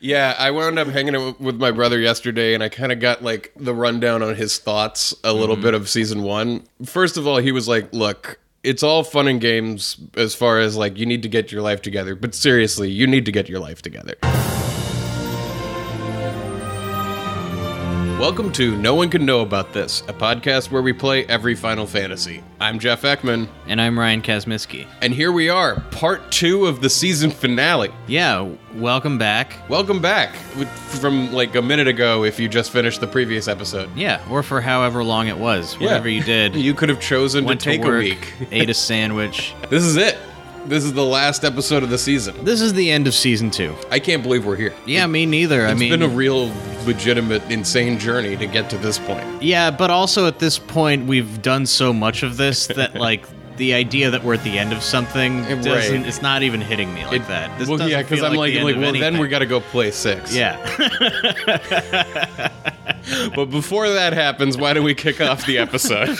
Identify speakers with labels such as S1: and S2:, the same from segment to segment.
S1: Yeah, I wound up hanging out with my brother yesterday, and I kind of got like the rundown on his thoughts a little bit of season one. First of all, he was like, "Look, it's all fun and games as far as like you need to get your life together, but seriously, you need to get your life together." Welcome to No One Can Know About This, a podcast where we play every Final Fantasy. I'm Jeff Ekman,
S2: And I'm Ryan Kazmiski.
S1: and here we are, part two of the season finale.
S2: Yeah, welcome back.
S1: Welcome back with- from like a minute ago if you just finished the previous episode.
S2: Yeah, or for however long it was, whatever you did.
S1: You could have chosen
S2: went
S1: to take
S2: to work,
S1: a week.
S2: ate a sandwich.
S1: This is it. This is the last episode of the season.
S2: This is the end of season two.
S1: I can't believe we're here.
S2: Yeah, me neither. I
S1: It's
S2: mean,
S1: been a real legitimate insane journey to get to this point.
S2: yeah, but also at this point, we've done so much of this that like the idea that we're at the end of something
S1: Right.
S2: doesn't. It's not even hitting me like
S1: It-
S2: that. Uh, This
S1: well,
S2: doesn't
S1: yeah,
S2: because
S1: I'm like,
S2: like, the end
S1: like
S2: of
S1: well, then
S2: anything.
S1: we got to go play six.
S2: Yeah,
S1: But before that happens, why do we kick off the episode?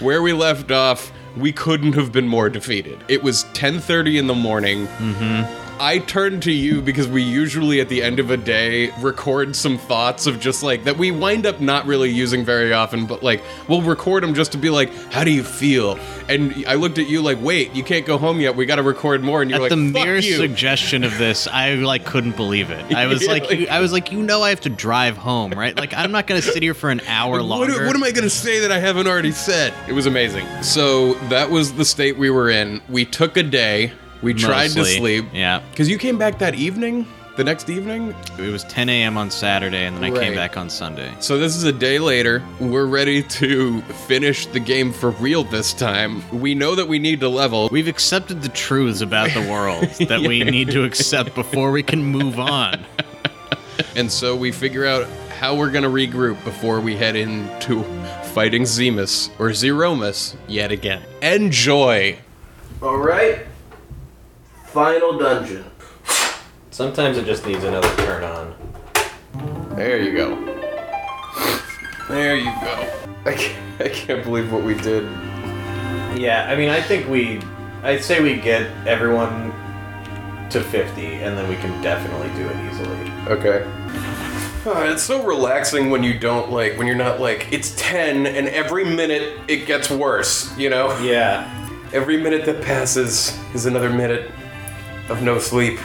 S1: Where we left off, we couldn't have been more defeated. It was 10:30 in the morning. Mm-hmm. I turned to you because we usually at the end of a day record some thoughts of just like that we wind up not really using very often, but like we'll record them just to be like, "How do you feel?" And I looked at you like, "Wait, you can't go home yet. We got to record more." And you're like,
S2: at the
S1: "Fuck
S2: mere
S1: you."
S2: suggestion of this, I like couldn't believe it. I was
S1: Yeah,
S2: like,
S1: like-
S2: you, I was like, you know, I have to drive home, right? Like, I'm not gonna sit here for an hour
S1: What,
S2: longer.
S1: what am I going to say that I haven't already said? It was amazing. So that was the state we were in. We took a day. We tried to
S2: Mostly.
S1: sleep.
S2: Yeah,
S1: Because you came back that evening, the next evening.
S2: it was 10 a.m. on Saturday, and then I
S1: Right.
S2: came back on Sunday.
S1: So this is a day later. We're ready to finish the game for real this time. We know that we need to level.
S2: We've accepted the truths about the world that we need to accept before we can move on.
S1: And so we figure out how we're going to regroup before we head into fighting Zemus or Zeromus yet again. Enjoy.
S3: All right. Final dungeon.
S4: Sometimes it just needs another turn on.
S1: There you go. There you go. I can't, I can't believe what we did.
S4: Yeah, I mean, I think we. I'd say we get everyone to 50, and then we can definitely do it easily.
S1: Okay. Ah, it's so relaxing when you don't like, when you're not like, it's 10 and every minute it gets worse, you know?
S4: Yeah.
S1: Every minute that passes is another minute of no sleep.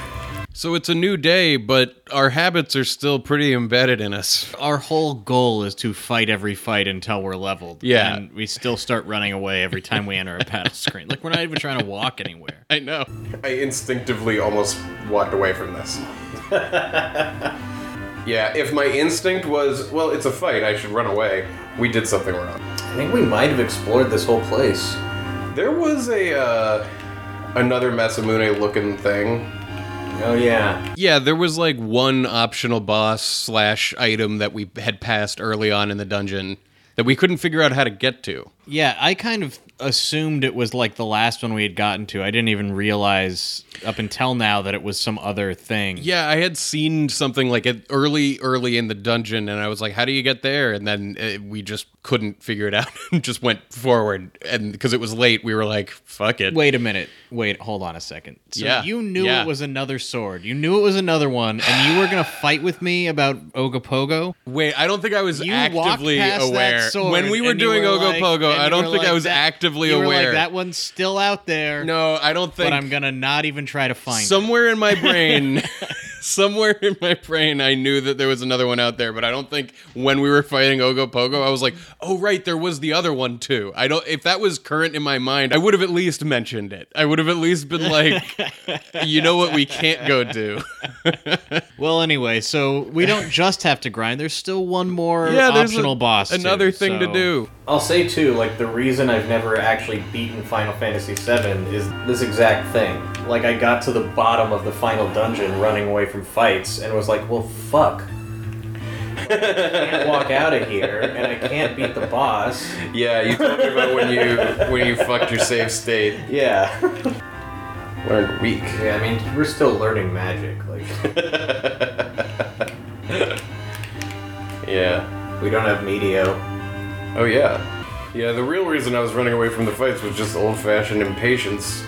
S1: So it's a new day, but our habits are still pretty embedded in us.
S2: Our whole goal is to fight every fight until we're leveled.
S1: Yeah.
S2: And we still start running away every time we enter a battle screen. Like, we're not even trying to walk anywhere.
S1: I know. I instinctively almost walked away from this. yeah, if my instinct was, well, it's a fight, I should run away, we did something wrong.
S4: I think we might have explored this whole place.
S1: There was a, uh, another Masamune looking thing.
S4: Oh, yeah.
S1: Yeah, there was like one optional boss slash item that we had passed early on in the dungeon that we couldn't figure out how to get to.
S2: Yeah, I kind of assumed it was like the last one we had gotten to. I didn't even realize up until now that it was some other thing.
S1: Yeah, I had seen something like it early, early in the dungeon, and I was like, "How do you get there?" And then uh, we just couldn't figure it out, and just went forward. And because it was late, we were like, "Fuck it."
S2: Wait a minute. Wait, hold on a second. So
S1: Yeah,
S2: you knew
S1: yeah.
S2: it was another sword. You knew it was another one, and you were gonna fight with me about Ogopogo.
S1: Wait, I don't think I was
S2: You walked
S1: actively
S2: past that
S1: aware
S2: sword
S1: when we were
S2: and you
S1: doing
S2: were like-
S1: Ogopogo.
S2: and
S1: I
S2: you
S1: don't
S2: were
S1: think I
S2: like,
S1: was
S2: that-
S1: actively
S2: you were
S1: aware.
S2: Like, that one's still out there.
S1: no, I don't think.
S2: but I'm gonna not even try to find. it."
S1: somewhere in my brain somewhere in my brain i knew that there was another one out there but i don't think when we were fighting ogopogo i was like oh right there was the other one too i don't if that was current in my mind i would have at least mentioned it i would have at least been like you know what we can't go do
S2: Well, anyway, so we don't just have to grind. There's still one more
S1: yeah there's
S2: optional
S1: a-
S2: boss.
S1: another
S2: too,
S1: thing to
S2: so-
S1: do
S4: I'll say, too, like, the reason I've never actually beaten Final Fantasy VII is this exact thing. Like, I got to the bottom of the final dungeon running away from fights and was like, well, fuck. I can't walk out of here, and I can't beat the boss.
S1: yeah you talked about when you when you fucked your save state
S4: Yeah.
S1: learned weak
S4: Yeah, I mean, we're still learning magic. Like,
S1: yeah
S4: we don't have Medio.
S1: Oh yeah. Yeah, the real reason I was running away from the fights was just old-fashioned impatience.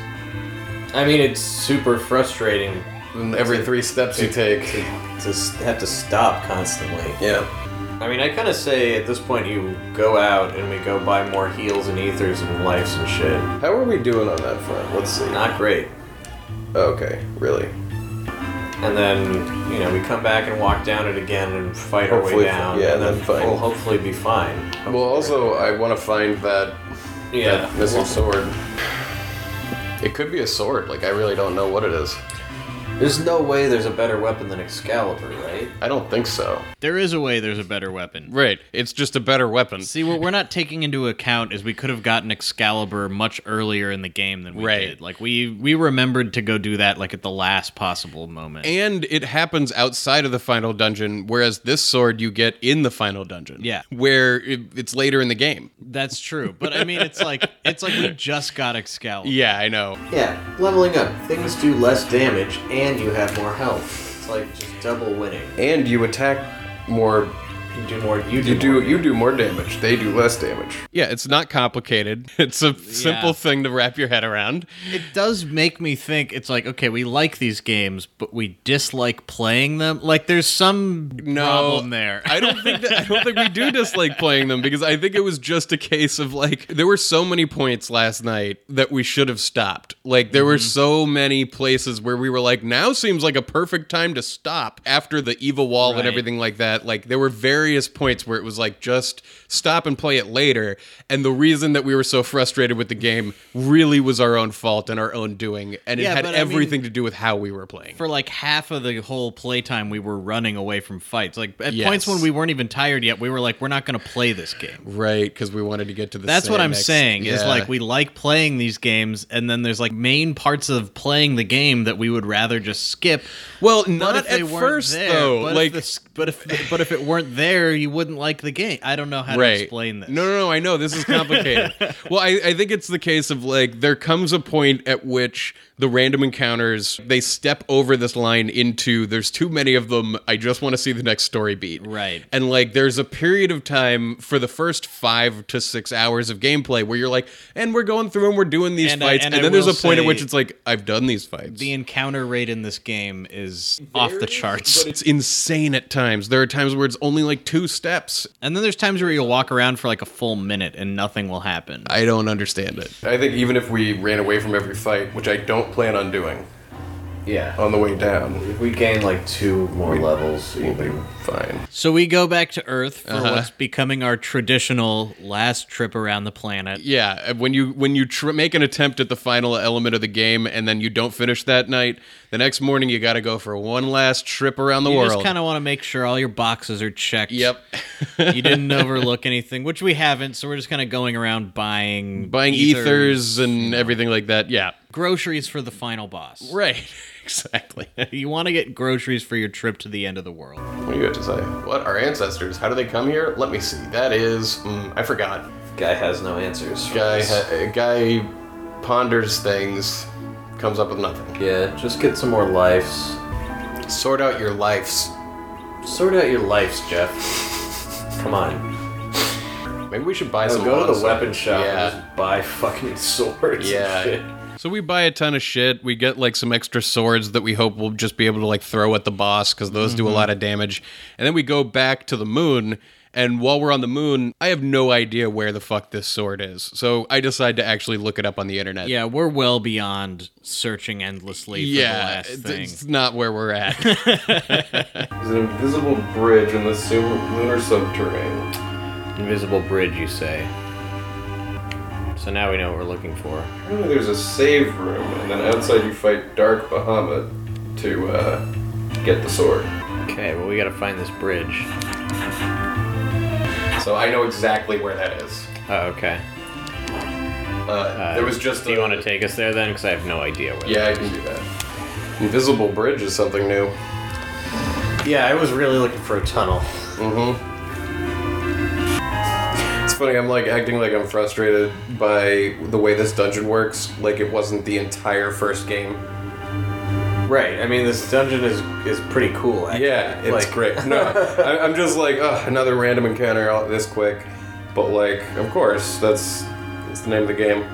S4: I mean, it's super frustrating
S5: And every three steps you take.
S4: to s- have to stop constantly.
S5: Yeah.
S4: I mean, I kind of say at this point you go out and we go buy more heals and ethers and lifes and shit.
S5: How are we doing on that front? Let's see.
S4: Not great.
S5: Okay, really.
S4: And then, you know, we come back and walk down it again and fight our way
S5: Hopefully-
S4: down.
S5: yeah,
S4: and then
S5: then fine.
S4: we'll hopefully be fine.
S5: Well, also, I want to find that,
S4: Yeah.
S5: that missing sword. It could be a sword. Like, I really don't know what it is.
S4: There's no way there's a better weapon than Excalibur, right?
S5: I don't think so.
S2: There is a way. There's a better weapon.
S1: Right. It's just a better weapon.
S2: See, what we're not taking into account is we could have gotten Excalibur much earlier in the game than we
S1: Right.
S2: did. Like we we remembered to go do that like at the last possible moment.
S1: And it happens outside of the final dungeon, whereas this sword you get in the final dungeon.
S2: Yeah.
S1: Where it, it's later in the game.
S2: That's true. But I mean, it's like it's like we just got Excalibur.
S1: Yeah, I know.
S4: Yeah, leveling up. Things do less damage and you have more health. It's like just double winning.
S5: And you attack more.
S4: You do more. You do.
S5: You do
S4: more.
S5: you do more damage. They do less damage.
S1: Yeah, it's not complicated. It's a simple thing to wrap your head around.
S2: It does make me think. It's like okay, we like these games, but we dislike playing them. Like there's some
S1: No,
S2: problem there.
S1: I don't think that, I don't think we do dislike playing them because I think it was just a case of like there were so many points last night that we should have stopped. Like there were
S2: Mm-hmm.
S1: so many places where we were like, now seems like a perfect time to stop after the evil wall
S2: Right.
S1: and everything like that. Like there were various points where it was like just stop and play it later. And the reason that we were so frustrated with the game really was our own fault and our own doing, and
S2: Yeah,
S1: it had
S2: but I mean-
S1: everything to do with how we were playing.
S2: for like half of the whole playtime, we were running away from fights. Like at
S1: Yes.
S2: points when we weren't even tired yet, we were like, "We're not going to play this game."
S1: Right, because we wanted to get to the.
S2: That's what
S1: sand
S2: I'm
S1: next-
S2: saying. Is
S1: Yeah.
S2: like we like playing these games, and then there's like main parts of playing the game that we would rather just skip.
S1: Well,
S2: But
S1: not
S2: if they
S1: at
S2: weren't
S1: first
S2: there-
S1: though.
S2: but if
S1: Like
S2: this- but if but if it weren't there, you wouldn't like the game. I don't know how
S1: right.
S2: to explain this.
S1: No, no, no. I know this is complicated. well, I, I think it's the case of like there comes a point at which the random encounters they step over this line into there's too many of them. I just want to see the next story beat.
S2: Right.
S1: And like there's a period of time for the first five to six hours of gameplay where you're like, and we're going through and we're doing these
S2: And I-
S1: fights,
S2: and
S1: and,
S2: I
S1: then there's
S2: will
S1: a point at
S2: say-
S1: which it's like I've done these fights.
S2: The encounter rate in this game is off the charts.
S1: it's insane at times. There are times where it's only like two steps.
S2: And then there's times where you'll walk around for like a full minute and nothing will happen.
S1: I don't understand it.
S5: I think even if we ran away from every fight, which I don't plan on doing
S4: Yeah.
S5: on the way down,
S4: If we gain like two more levels, we'll be.
S5: fine.
S2: So we go back to Earth for
S1: Uh-huh.
S2: what's becoming our traditional last trip around the planet.
S1: Yeah, when you when you tr- make an attempt at the final element of the game and then you don't finish that night, the next morning you got to go for one last trip around the
S2: You
S1: world.
S2: just kind of want to make sure all your boxes are checked.
S1: yep,
S2: you didn't overlook anything, which we haven't. So we're just kind of going around buying
S1: buying ethers and everything like that. Yeah,
S2: groceries for the final boss.
S1: right, exactly.
S2: You want to get groceries for your trip to the end of the world.
S5: What do you have to say? What our ancestors? How do they come here? Let me see. That is, mm, I forgot.
S4: Guy has no answers. for
S5: Guy,
S4: this.
S5: ha- guy ponders things, comes up with nothing.
S4: Yeah, just get some more lives.
S5: Sort out your lives.
S4: Sort out your lives, Jeff. Come on.
S5: Maybe we should buy some.
S4: Oh, go to the
S5: bonsai.
S4: weapon shop and
S5: Yeah.
S4: just buy fucking swords
S5: Yeah.
S4: and shit.
S1: so we buy a ton of shit. We get like some extra swords that we hope we'll just be able to like throw at the boss because those
S5: Mm-hmm.
S1: do a lot of damage. And then we go back to the moon. And while we're on the moon, I have no idea where the fuck this sword is. So I decide to actually look it up on the internet.
S2: Yeah, we're well beyond searching endlessly for the last
S1: it's-
S2: thing.
S1: it's not where we're at.
S5: There's an invisible bridge in the su- lunar subterrane.
S4: Invisible bridge, you say. So now we know what we're looking for.
S5: Apparently, there's a save room, and then outside you fight Dark Bahamut to uh, get the sword.
S4: Okay, well, we gotta find this bridge.
S5: So I know exactly where that is.
S4: Oh, okay.
S5: Uh, there was just.
S4: Do you want to take us there then? Because I have no idea where.
S5: Yeah, I can do that. Invisible bridge is something new.
S4: Yeah, I was really looking for a tunnel.
S5: Mm-hmm. It's funny, I'm like acting like I'm frustrated by the way this dungeon works, like it wasn't the entire first game.
S4: Right. I mean, this dungeon is is pretty cool. Actually.
S5: Yeah, it's
S4: Like-
S5: great. No, I, I'm just like, ugh, another random encounter all this quick. But like, of course, that's that's the name of the game.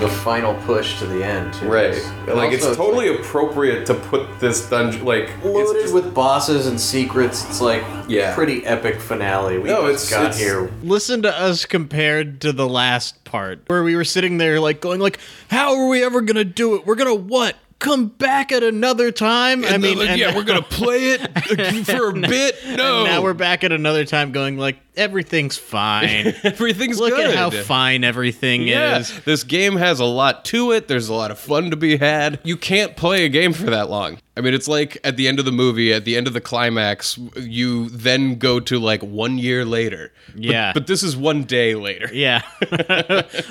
S4: the final push to the end. too.
S5: Right. Like it's
S4: Also,
S5: totally appropriate to put this dungeon like
S4: loaded
S5: it's just,
S4: with bosses and secrets. It's like
S5: Yeah.
S4: pretty epic finale. We
S5: No, it's-
S4: just got
S5: it's-
S4: here.
S2: Listen to us compared to the last part where we were sitting there like going like how are we ever going to do it? We're going to what? Come back at another time? I
S1: And they're
S2: mean,
S1: like,
S2: and-
S1: yeah, we're gonna play it for a bit. No,
S2: and now we're back at another time going like everything's fine.
S1: everything's
S2: Look
S1: good.
S2: at how fine everything
S1: Yeah,
S2: is.
S1: this game has a lot to it. There's a lot of fun to be had. You can't play a game for that long. I mean, it's like at the end of the movie, at the end of the climax, you then go to like one year later. But-
S2: Yeah.
S1: But, this is one day later.
S2: Yeah.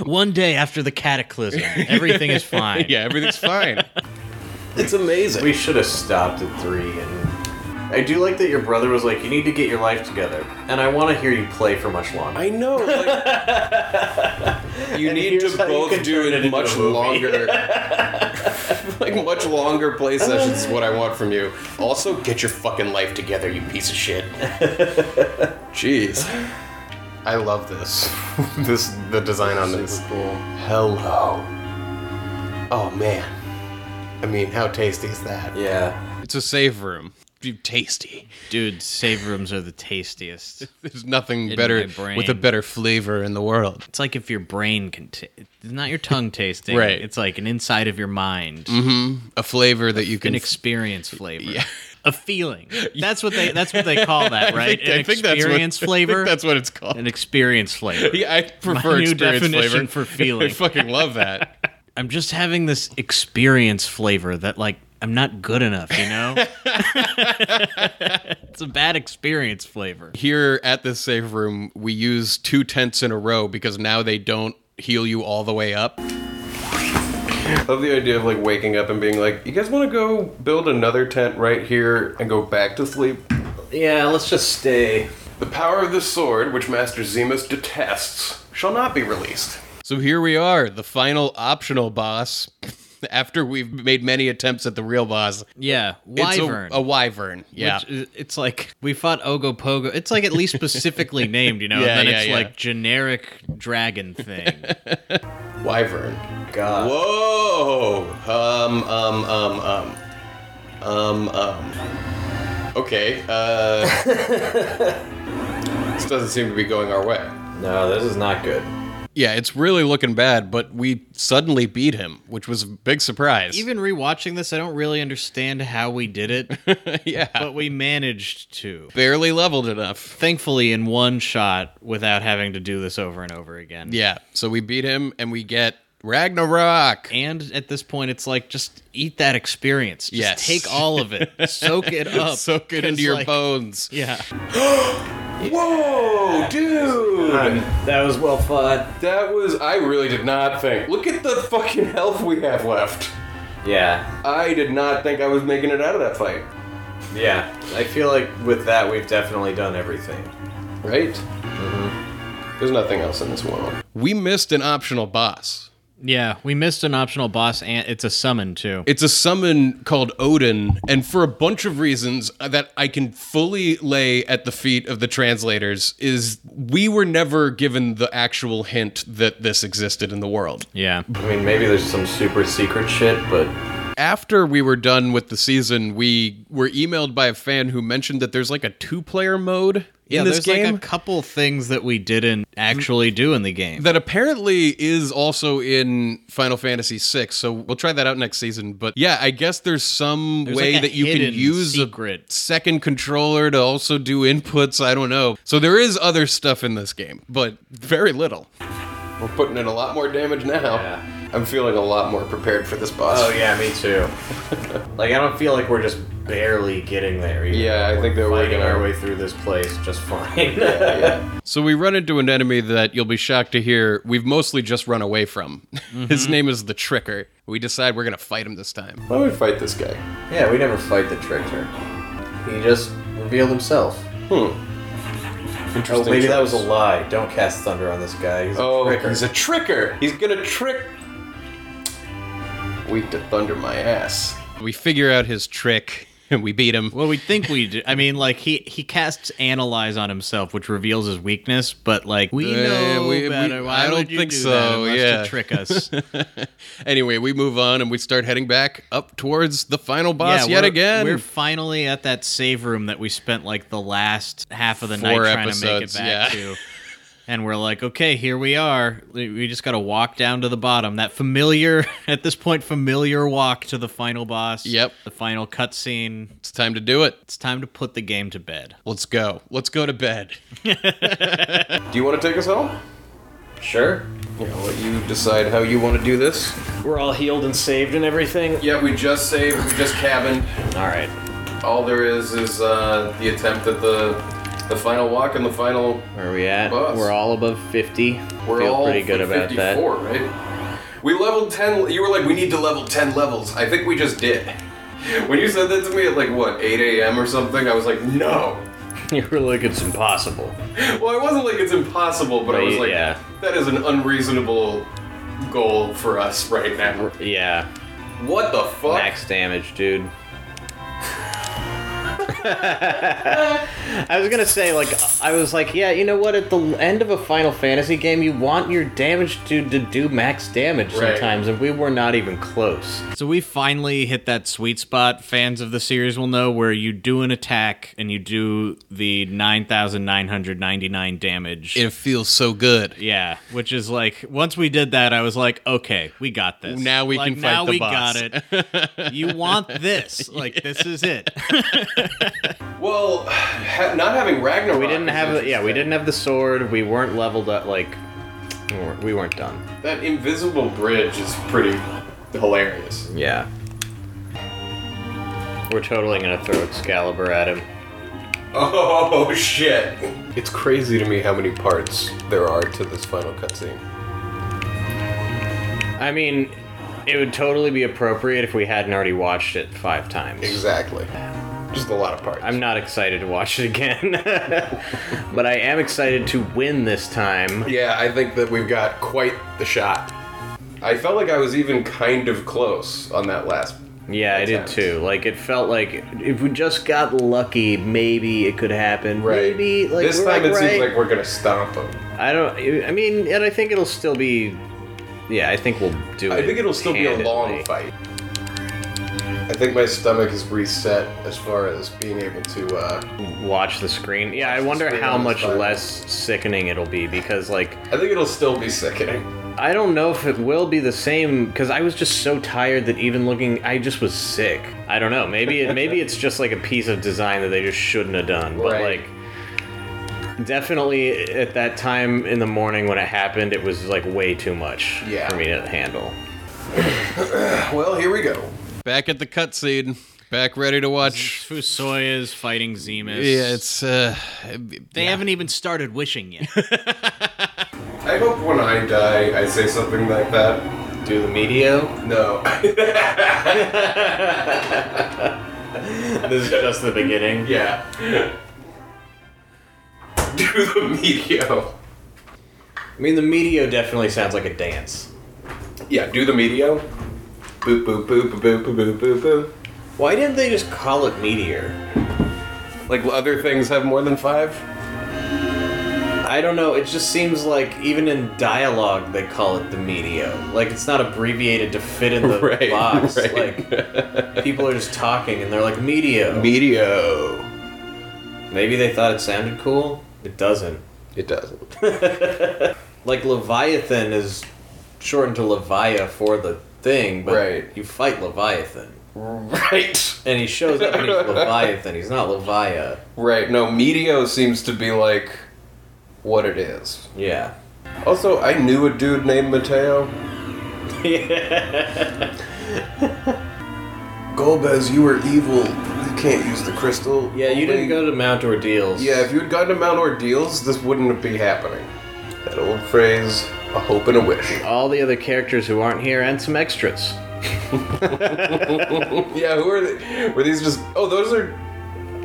S2: One day after the cataclysm, everything is fine.
S1: Yeah, everything's fine.
S5: it's amazing.
S4: We should have stopped at three. And I do like that your brother was like, "You need to get your life together," and I want to hear you play for much longer.
S5: I know. Like, you need to
S4: here's how you
S5: both
S4: can turn
S5: do
S4: it
S5: it
S4: into
S5: much
S4: a movie.
S5: longer, like much longer play sessions. Is what I want from you. Also, get your fucking life together, you piece of shit. Jeez, I love this. this the design on this. Hello. Oh man. I mean, how tasty is that?
S4: Yeah.
S1: It's a safe room. You tasty.
S2: Dude, save rooms are the tastiest.
S1: There's nothing
S2: In
S1: better
S2: my brain.
S1: with a better flavor in the world.
S2: It's like if your brain can ta- it's not your tongue tasting.
S1: Right.
S2: It's like an inside of your mind,
S1: A flavor that you can.
S2: an experience flavor. A feeling. That's what they that's what they call that,
S1: I
S2: right?
S1: think, I
S2: an
S1: think that's what-
S2: experience flavor.
S1: I think that's what it's called.
S2: an experience flavor.
S1: yeah, I prefer
S2: new
S1: experience
S2: definition
S1: flavor
S2: for feeling.
S1: I fucking love that.
S2: I'm just having this experience flavor that like I'm not good enough, you know? it's a bad experience flavor.
S1: here at this safe room, we use two tents in a row because now they don't heal you all the way up.
S5: I love the idea of like waking up and being like, "You guys want to go build another tent right here and go back to sleep?"
S4: Yeah. Let's just stay.
S5: The power of the sword, which Master Zemus detests, shall not be released.
S1: So here we are, the final optional boss. After we've made many attempts at the real boss,
S2: Yeah,
S1: it's a-
S2: wyvern.
S1: A, wyvern. Yeah.
S2: Which is- it's like we fought Ogopogo. It's like at least specifically named, you know,
S1: Yeah,
S2: and then
S1: yeah,
S2: it's
S1: yeah.
S2: like generic dragon thing.
S5: Wyvern.
S4: God.
S5: Whoa! Um, um, um, um. Um, um. Okay, uh. this doesn't seem to be going our way.
S4: No, this is not good.
S1: yeah, it's really looking bad, but we suddenly beat him, which was a big surprise.
S2: Even rewatching this, I don't really understand how we did it,
S1: yeah.
S2: but we managed to.
S1: Barely leveled enough.
S2: Thankfully, in one shot without having to do this over and over again.
S1: Yeah. So we beat him and we get Ragnarok.
S2: And at this point, it's like just eat that experience. Just
S1: Yes.
S2: take all of it, soak it up,
S1: Soak it
S2: 'cause,
S1: into your
S2: like,
S1: bones.
S2: Yeah,
S5: Whoa, dude!
S4: that was well fought.
S5: That was. I really did not think. Look at the fucking health we have left.
S4: Yeah.
S5: I did not think I was making it out of that fight.
S4: Yeah. I feel like with that, we've definitely done everything.
S5: Right? Mm-hmm. There's nothing else in this world.
S1: We missed an optional boss.
S2: yeah. We missed an optional boss, and it's a summon too.
S1: It's a summon called Odin, and for a bunch of reasons that I can fully lay at the feet of the translators, is we were never given the actual hint that this existed in the world.
S2: yeah,
S4: I mean, maybe there's some super secret shit, but
S1: After we were done with the season, we were emailed by a fan who mentioned that there's like a two player mode in
S2: yeah.
S1: this
S2: There's
S1: game.
S2: like a couple things that we didn't actually do in the game.
S1: that apparently is also in Final Fantasy VI, so we'll try that out next season. But yeah, I guess there's some
S2: There's
S1: way
S2: like a
S1: that you can
S2: hidden
S1: use a
S2: secret.
S1: second controller to also do inputs. I don't know. So there is other stuff in this game, but very little.
S5: We're putting in a lot more damage now.
S4: Yeah.
S5: I'm feeling a lot more prepared for this boss.
S4: oh yeah, me too. like I don't feel like we're just barely getting there. Even
S5: Yeah, I
S4: though
S5: think that we're
S4: fighting
S5: gonna-
S4: our way through this place just fine.
S1: So we run into an enemy that you'll be shocked to hear we've mostly just run away from. His
S6: Mm-hmm.
S1: name is the Tricker. We decide we're gonna fight him this time.
S5: Why don't we fight this guy?
S4: yeah, we never fight the trickster. He just revealed himself. Oh,
S5: Interesting.
S4: maybe that was
S5: choice.
S4: a lie. Don't cast thunder on this guy. He's a
S5: Oh,
S4: tricker.
S5: he's a tricker. He's gonna trick. Weak to thunder my ass.
S1: We figure out his trick.
S7: and we beat him.
S6: Well, we think we do. I mean, like he he casts analyze on himself, which reveals his weakness. But like we
S7: Eh,
S6: know
S7: we- we-
S6: better. Why
S7: I don't
S6: would you
S7: think
S6: do
S7: so,
S6: That unless
S7: yeah.
S6: to trick us.
S7: Anyway, we move on and we start heading back up towards the final boss
S6: yeah,
S7: yet
S6: we're-
S7: again.
S6: We're finally at that save room that we spent like the last half of the
S7: Four
S6: night trying to make
S7: episodes,
S6: it back
S7: yeah.
S6: to. And we're like, okay, here we are. We we just got to walk down to the bottom. That familiar, at this point, familiar walk to the final boss.
S7: Yep.
S6: The final cutscene.
S7: it's time to do it.
S6: It's time to put the game to bed.
S7: Let's go. Let's go to bed.
S1: Do you want to take us home?
S2: Sure.
S1: Yeah, I'll let you decide how you want to do this.
S2: We're all healed and saved and everything.
S1: Yeah, we just saved, we just cabined.
S2: All right.
S1: All there is is uh, the attempt at the the final walk and the final.
S2: Where are we at?
S1: Bus.
S2: We're all above 50.
S1: We're
S2: Feel
S1: all
S2: pretty good
S1: like
S2: about
S1: 54, right? We leveled 10. You were like, we need to level 10 levels. I think we just did. When you said that to me at like what 8 a.m. or something, I was like, no.
S2: that. you were like, it's impossible.
S1: Well, it wasn't like it's impossible, but I
S2: Right,
S1: was like,
S2: yeah.
S1: that is an unreasonable goal for us right now.
S2: Yeah.
S1: What the fuck?
S2: Max damage, dude. I was gonna say, like, I was like, yeah, you know what? At the end of a Final Fantasy game, you want your damage dude to do max damage
S1: Right.
S2: sometimes, and we were not even close.
S6: So we finally hit that sweet spot. Fans of the series will know where you do an attack and you do the 9,999 damage.
S7: It feels so good.
S6: yeah, which is like once we did that, I was like, okay, we got this.
S7: Now we
S6: Like,
S7: can fight
S6: now
S7: the
S6: we
S7: boss.
S6: got it. You want this? Like this is it.
S1: Well, ha- not having Ragnarok.
S2: We didn't
S1: is
S2: have, yeah, we
S1: interesting.
S2: didn't have the sword. We weren't leveled up. Like, we weren't, we weren't done.
S1: That invisible bridge is pretty hilarious.
S2: Yeah. We're totally gonna throw Excalibur at him.
S1: Oh shit! It's crazy to me how many parts there are to this final cutscene.
S2: I mean, it would totally be appropriate if we hadn't already watched it five times.
S1: Exactly. Just a lot of parts.
S2: I'm not excited to watch it again, but I am excited to win this time.
S1: Yeah, I think that we've got quite the shot. I felt like I was even kind of close on that last.
S2: Yeah, I did
S1: Attempts.
S2: too. Like it felt like if we just got lucky, maybe it could happen. Maybe like
S1: this
S2: we're
S1: time
S2: like,
S1: it
S2: right.
S1: seems like we're gonna stomp him.
S2: I don't. I mean, and I think it'll still be. Yeah, I think we'll do it.
S1: I think it'll still be a long
S2: handedly.
S1: fight. I think my stomach is reset as far as being able to. Uh,
S2: Watch the screen. Yeah, I
S1: the
S2: wonder
S1: screen
S2: how
S1: on the
S2: much
S1: side.
S2: less sickening it'll be because like
S1: I think it'll still be sickening.
S2: I don't know if it will be the same because I was just so tired that even looking, I just was sick. I don't know. Maybe it, maybe it's just like a piece of design that they just shouldn't have done. But
S1: Right.
S2: like, definitely at that time in the morning when it happened, it was like way too much
S1: Yeah.
S2: for me to handle.
S1: Well, here we go.
S7: Back at the cutscene. Back ready to watch.
S6: Fusoy is fighting Zemus.
S7: Yeah, it's uh
S6: they haven't even started wishing yet.
S1: I hope when I die, I say something like that.
S2: Do the medio?
S1: No.
S2: This is just the beginning.
S1: yeah. Do the medio.
S2: I mean, the medio definitely sounds like a dance.
S1: Yeah, do the medio. Boop boop boop boop boop boop boop boop.
S2: Why didn't they just call it meteor?
S1: Like other things have more than five.
S2: I don't know. It just seems like even in dialogue they call it the medio. Like it's not abbreviated to fit in the
S1: Right,
S2: box.
S1: right.
S2: Like people are just talking and they're like medio.
S1: Medio.
S2: Maybe they thought it sounded cool. It doesn't.
S1: It doesn't.
S2: Like Leviathan is shortened to Levia for the thing, but
S1: Right.
S2: you fight Leviathan.
S1: Right.
S2: And he shows up and he's Leviathan. He's not Levia.
S1: Right. No, medio seems to be like what it is.
S2: Yeah.
S1: Also, I knew a dude named Mateo. Golbez, you were evil. You can't use the crystal.
S2: Yeah, you didn't go to Mount Ordeals.
S1: Yeah, if you had gotten to Mount Ordeals, this wouldn't be happening. That old phrase, a hope and a wish.
S2: all the other characters who aren't here and some extras.
S1: Yeah, who are they? Were these just? Oh, those are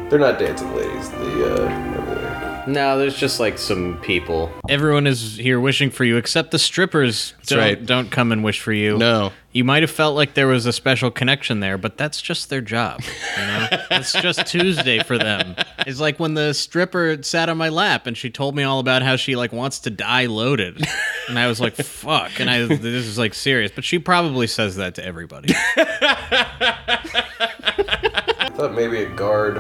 S5: They're not dancing ladies. The uh, over there.
S4: No, there's just like some people.
S2: Everyone is here wishing for you, except the strippers. don't,
S1: right.
S2: don't come and wish for you.
S1: No.
S2: You might have felt like there was a special connection there, but that's just their job. You know, it's just Tuesday for them. It's like when the stripper sat on my lap and she told me all about how she like wants to die loaded, and I was like, "Fuck!" And I this is like serious, but she probably says that to everybody.
S5: I thought maybe a guard.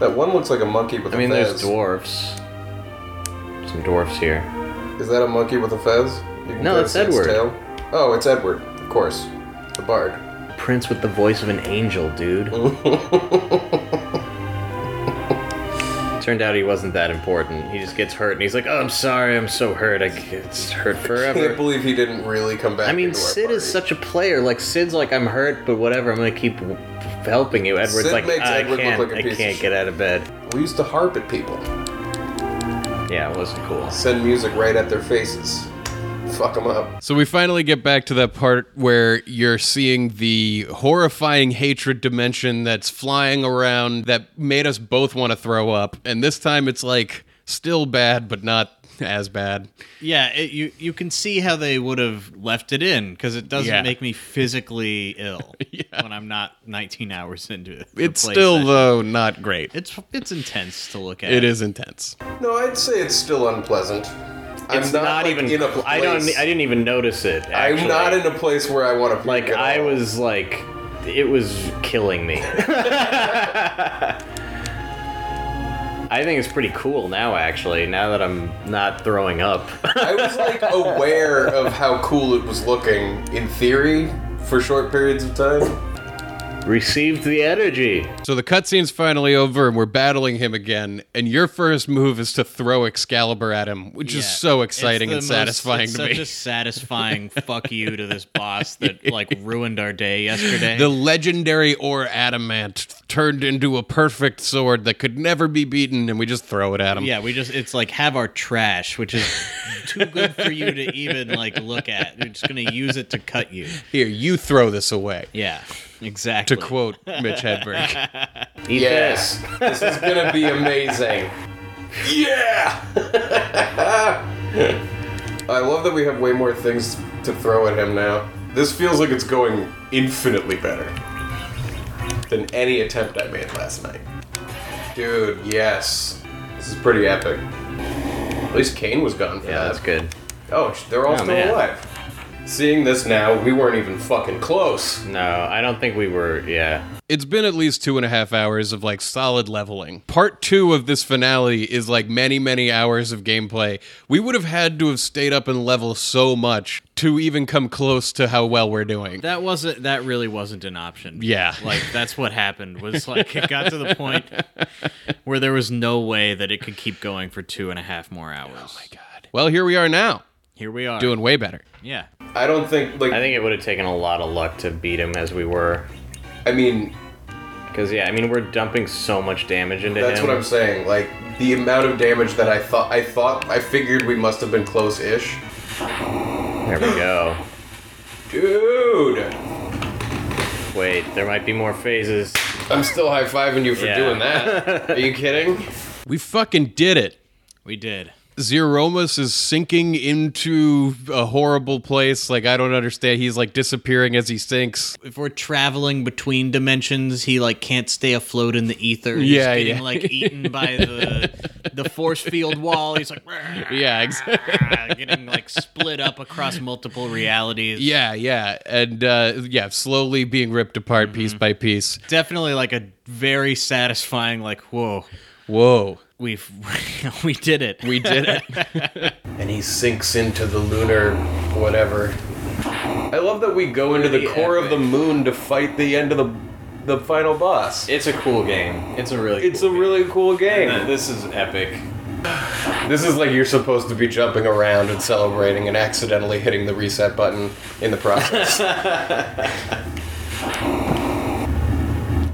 S5: That one looks like a monkey with
S4: I mean,
S5: a
S4: there's
S5: fez.
S4: dwarves. Some dwarves here.
S5: Is that a monkey with a fez? You can
S4: No,
S5: go
S4: it's
S5: see its
S4: Edward.
S5: tail. Oh, it's Edward, of course. The bard.
S4: Prince with the voice of an angel, dude. Turned out he wasn't that important. He just gets hurt and he's like, "Oh, I'm sorry. I'm so hurt. I it's hurt
S5: I can't
S4: forever."
S5: believe he didn't really come back.
S4: I mean,
S5: into our
S4: Sid is
S5: party.
S4: such a player. Like Sid's like, "I'm hurt, but whatever. I'm gonna keep w- helping you." Edward's
S5: Sid
S4: like,
S5: makes
S4: "I
S5: Edward look
S4: can't.
S5: like a piece
S4: I
S5: of
S4: can't
S5: shit."
S4: get out of bed."
S5: We used to harp at people,
S4: Yeah, it wasn't cool.
S5: send music right at their faces, fuck them up.
S1: So we finally get back to that part where you're seeing the horrifying hatred dimension that's flying around that made us both want to throw up. And this time it's like still bad, but not as bad.
S2: yeah, it, you you can see how they would have left it in because it doesn't
S1: Yeah.
S2: make me physically ill when I'm not 19 hours into it.
S1: It's still, though, not great.
S2: It's it's intense to look at.
S1: It is intense.
S5: No, I'd say it's still unpleasant.
S4: It's
S5: I'm not, like,
S4: even.
S5: in a
S4: cl-
S5: place.
S4: I don't. I didn't even notice it. Actually.
S5: am not in a place where I want to.
S4: Like I was like, it was killing me. I think it's pretty cool now, actually. Now that I'm not throwing up,
S5: I was like aware of how cool it was looking in theory for short periods of time.
S4: received the energy.
S1: So the cutscene's finally over and we're battling him again. And your first move is to throw Excalibur at him, which is
S2: Yeah.
S1: so
S2: It's
S1: exciting
S2: the
S1: and
S2: most-
S1: satisfying
S2: it's
S1: to
S2: such
S1: me.
S2: a satisfying fuck you to this boss that like ruined our day yesterday.
S1: The legendary or adamant turned into a perfect sword that could never be beaten, and we just throw it at him.
S2: yeah, we just it's like have our trash, which is too good for you to even like look at. You're just gonna use it to cut you.
S1: Here, you throw this away.
S2: Yeah, exactly.
S1: To quote Mitch Hedberg.
S4: Eat
S5: Yes, this is gonna be amazing. Yeah. I love that we have way more things to throw at him now. This feels like it's going infinitely better than any attempt I made last night. Dude, yes. This is pretty epic. At least Kane was gone for
S4: this. Yeah,
S5: that.
S4: that's good.
S5: Oh, sh- they're all still
S4: man.
S5: alive. Seeing this now, we weren't even fucking close.
S4: No, I don't think we were. Yeah,
S1: It's been at least two and a half hours of like solid leveling. Part two of this finale is like many, many hours of gameplay. We would have had to have stayed up and level so much to even come close to how well we're doing.
S2: that wasn't that really wasn't an option.
S1: Yeah.
S2: like that's what happened. Was like it got to the point where there was no way that it could keep going for two and a half more hours. Oh my god!
S1: Well, here we are now,
S2: Here we are.
S1: doing way better.
S2: yeah.
S5: I don't think, like,
S4: I think it would have taken a lot of luck to beat him as we were.
S5: I mean,
S4: Because yeah, I mean we're dumping so much damage into
S5: That's
S4: him.
S5: what I'm saying. Like the amount of damage that I thought I thought I figured we must have been close-ish.
S4: There we go.
S5: Dude,
S4: Wait, there might be more phases.
S5: I'm still high-fiving you for
S4: Yeah.
S5: doing that. Are you kidding?
S1: We fucking did it.
S2: We did.
S1: Zeromus is sinking into a horrible place. Like, I don't understand. He's like disappearing as he sinks.
S2: If we're traveling between dimensions, he like can't stay afloat in the ether. He's
S1: Yeah,
S2: getting
S1: yeah.
S2: like eaten by the the force field wall. He's like "Rah,"
S1: Yeah, ex-
S2: getting like split up across multiple realities.
S1: yeah, yeah. And uh, yeah, slowly being ripped apart piece by piece.
S2: Definitely like a very satisfying like whoa.
S1: Whoa,
S2: We've we did it.
S1: we did it.
S5: And he sinks into the lunar whatever. I love that we go into the
S4: Pretty
S5: core of the moon to fight the end of the the final boss.
S4: It's a cool game. It's a really.
S5: It's a
S4: cool game.
S5: really cool game.
S4: This is epic.
S5: This is like you're supposed to be jumping around and celebrating and accidentally hitting the reset button in the process.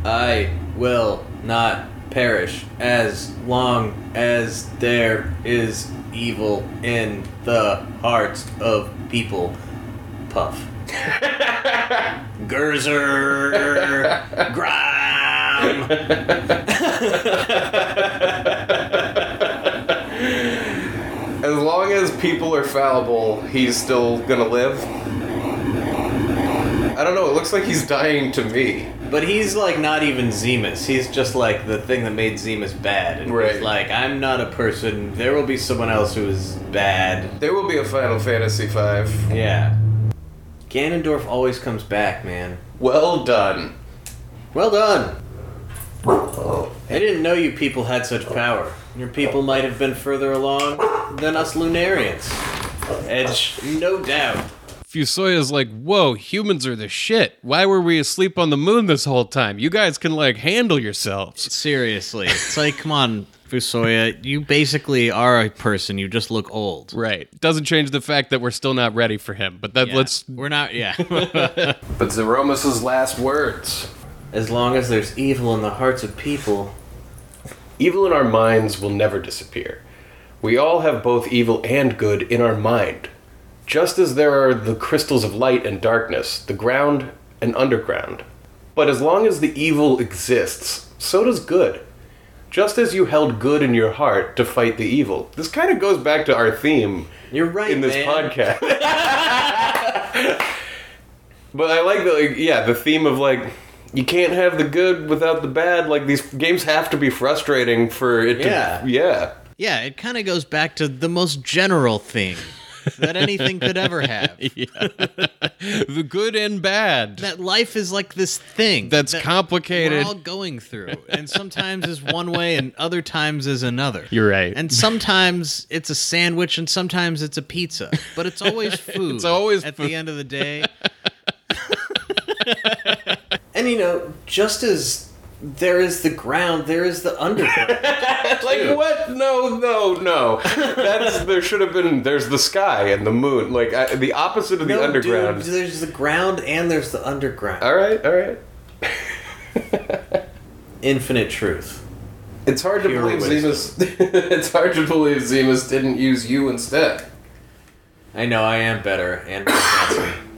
S4: I will not perish as long as there is evil in the hearts of people. Puff. Gerzer. Growl. Mom.
S1: As long as people are fallible, he's still gonna live. I don't know, it looks like he's dying to me.
S2: But he's like not even Zemus. He's just like the thing that made Zemus bad. And
S1: Right.
S2: He's like, I'm not a person. There will be someone else who is bad.
S1: There will be a Final Fantasy V.
S2: Yeah. Ganondorf always comes back, man.
S1: Well done.
S2: Well done. I didn't know you people had such power. Your people might have been further along than us Lunarians. Edge, no doubt.
S8: Fusoya's like, whoa, humans are the shit. Why were we asleep on the moon this whole time? You guys can, like, handle yourselves.
S4: Seriously. It's like, come on, Fusoya. You basically are a person. You just look old.
S8: Right. Doesn't change the fact that we're still not ready for him, but that
S4: Yeah.
S8: let's.
S4: We're not. Yeah.
S1: But Zeromus's last words.
S2: As long as there's evil in the hearts of people,
S1: Evil in our minds will never disappear. We all have both evil and good in our mind. Just as there are the crystals of light and darkness, the ground and underground. But as long as the evil exists, so does good. Just as you held good in your heart to fight the evil. This kind of goes back to our theme
S2: you're right.
S1: in this
S2: man.
S1: podcast. but I like the like, yeah the theme of like you can't have the good without the bad. Like these games have to be frustrating for it.
S2: Yeah.
S1: to... yeah.
S4: yeah, it kind of goes back to the most general thing that anything could ever have.
S8: The good and bad.
S4: That life is like this thing.
S8: that's
S4: that
S8: complicated.
S4: We're all going through, and sometimes is one way, and other times is another.
S8: You're right.
S4: And sometimes it's a sandwich, and sometimes it's a pizza. But it's always food.
S8: It's always
S4: at
S8: food.
S4: the end of the day.
S2: And you know, just as there is the ground, there is the underground.
S1: Like what? No, no, no. That's there should have been. There's the sky and the moon. Like I, the opposite of the
S2: No,
S1: underground.
S2: Dude, there's the ground and there's the underground.
S1: All right, all right.
S2: Infinite truth.
S1: It's hard to
S2: Pure
S1: believe Zemus. it's hard to believe Zemus didn't use you instead.
S2: I know I am better and more handsome.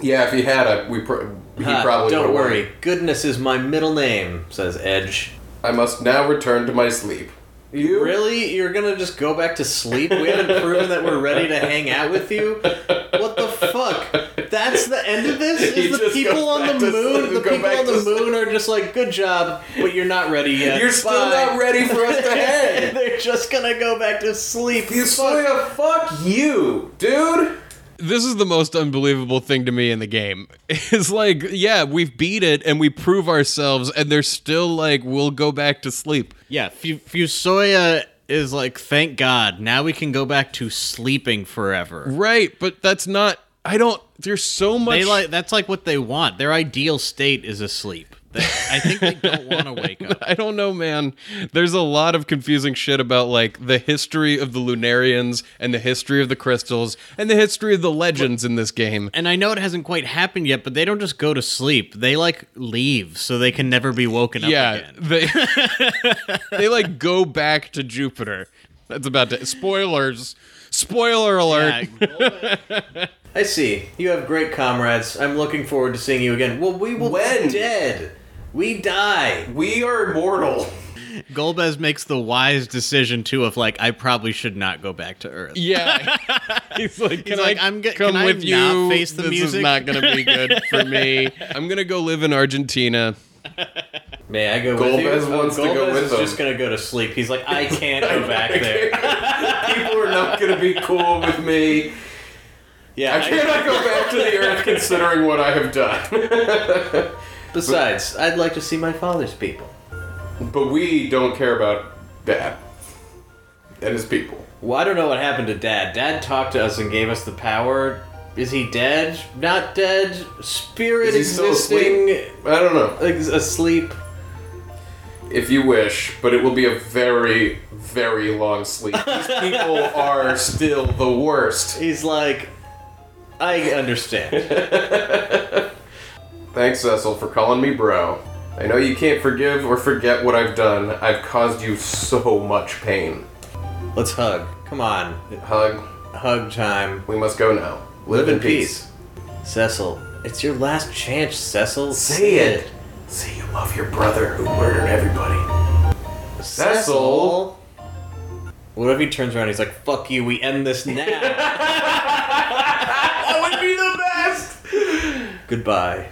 S1: Yeah, if he had a, we pro- he
S2: Ha,
S1: probably
S2: don't
S1: would've won.
S2: worry. Goodness is my middle name, says Edge.
S1: I must now return to my sleep. You
S2: Really? You're gonna just go back to sleep? We haven't proven that we're ready to hang out with you? What the fuck? That's the end of this?
S1: He
S2: Is the
S1: just
S2: people
S1: goes
S2: on the
S1: back to
S2: moon
S1: sleep,
S2: the
S1: go
S2: people
S1: back
S2: on the
S1: to sleep.
S2: moon are just like, good job, but you're not ready yet.
S1: You're still
S2: Bye."
S1: not ready for us to hang.
S2: They're just gonna go back to sleep.
S1: You
S2: Fuck.
S1: Soya, fuck you, dude.
S8: this is the most unbelievable thing to me in the game. It's like, yeah, we've beat it and we prove ourselves, and they're still like, we'll go back to sleep.
S4: Yeah, Fu- Fusoya is like, thank God, now we can go back to sleeping forever.
S8: Right, but that's not. I don't. There's so much.
S4: They like that's like what they want. Their ideal state is asleep. They- I think they don't want to wake up.
S8: I don't know, man. There's a lot of confusing shit about like the history of the Lunarians and the history of the crystals and the history of the legends in this game.
S4: And I know it hasn't quite happened yet, but they don't just go to sleep. They like leave so they can never be woken up
S8: Yeah,
S4: again.
S8: they they like go back to Jupiter. That's about to spoilers. Spoiler alert.
S4: Yeah,
S2: I see. You have great comrades. I'm looking forward to seeing you again. Well, we will
S1: When?
S2: be dead. We die.
S1: We are immortal.
S4: Golbez makes the wise decision too of like I probably should not go back to Earth.
S8: Yeah. He's like, can
S4: like,
S8: I
S4: I'm go-
S8: come
S4: can I
S8: with you?
S4: not face the
S8: this is
S4: music?"
S8: not going to be good for me. I'm going to go live in Argentina.
S2: May I go with you? Oh,
S1: Golbez wants to go
S2: Golbez
S1: with
S2: is
S1: them.
S2: just gonna go to sleep. He's like, I can't go back there.
S1: People are not gonna be cool with me.
S2: Yeah.
S1: I
S2: I-
S1: cannot go back to the earth considering what I have done.
S2: Besides, I'd like to see my father's people.
S1: but we don't care about that and his people.
S2: Well, I don't know what happened to Dad. Dad talked to us and gave us the power. Is he dead? Not dead. Spirit
S1: Is he still
S2: existing.
S1: I don't know
S2: Ex- asleep.
S1: if you wish, but it will be a very, very long sleep. These people are still the worst.
S2: He's like, I understand.
S1: Thanks, Cecil, for calling me bro. I know you can't forgive or forget what I've done. I've caused you so much pain.
S2: Let's hug. Come on.
S1: Hug,
S2: Hug time.
S1: we must go now. Live, in peace.
S2: Cecil, it's your last chance, Cecil.
S1: Say it.
S4: Say you love your brother who murdered everybody.
S5: Cecil.
S4: What if he turns around? He's like, "Fuck you. We end this now." that would be the best. Goodbye,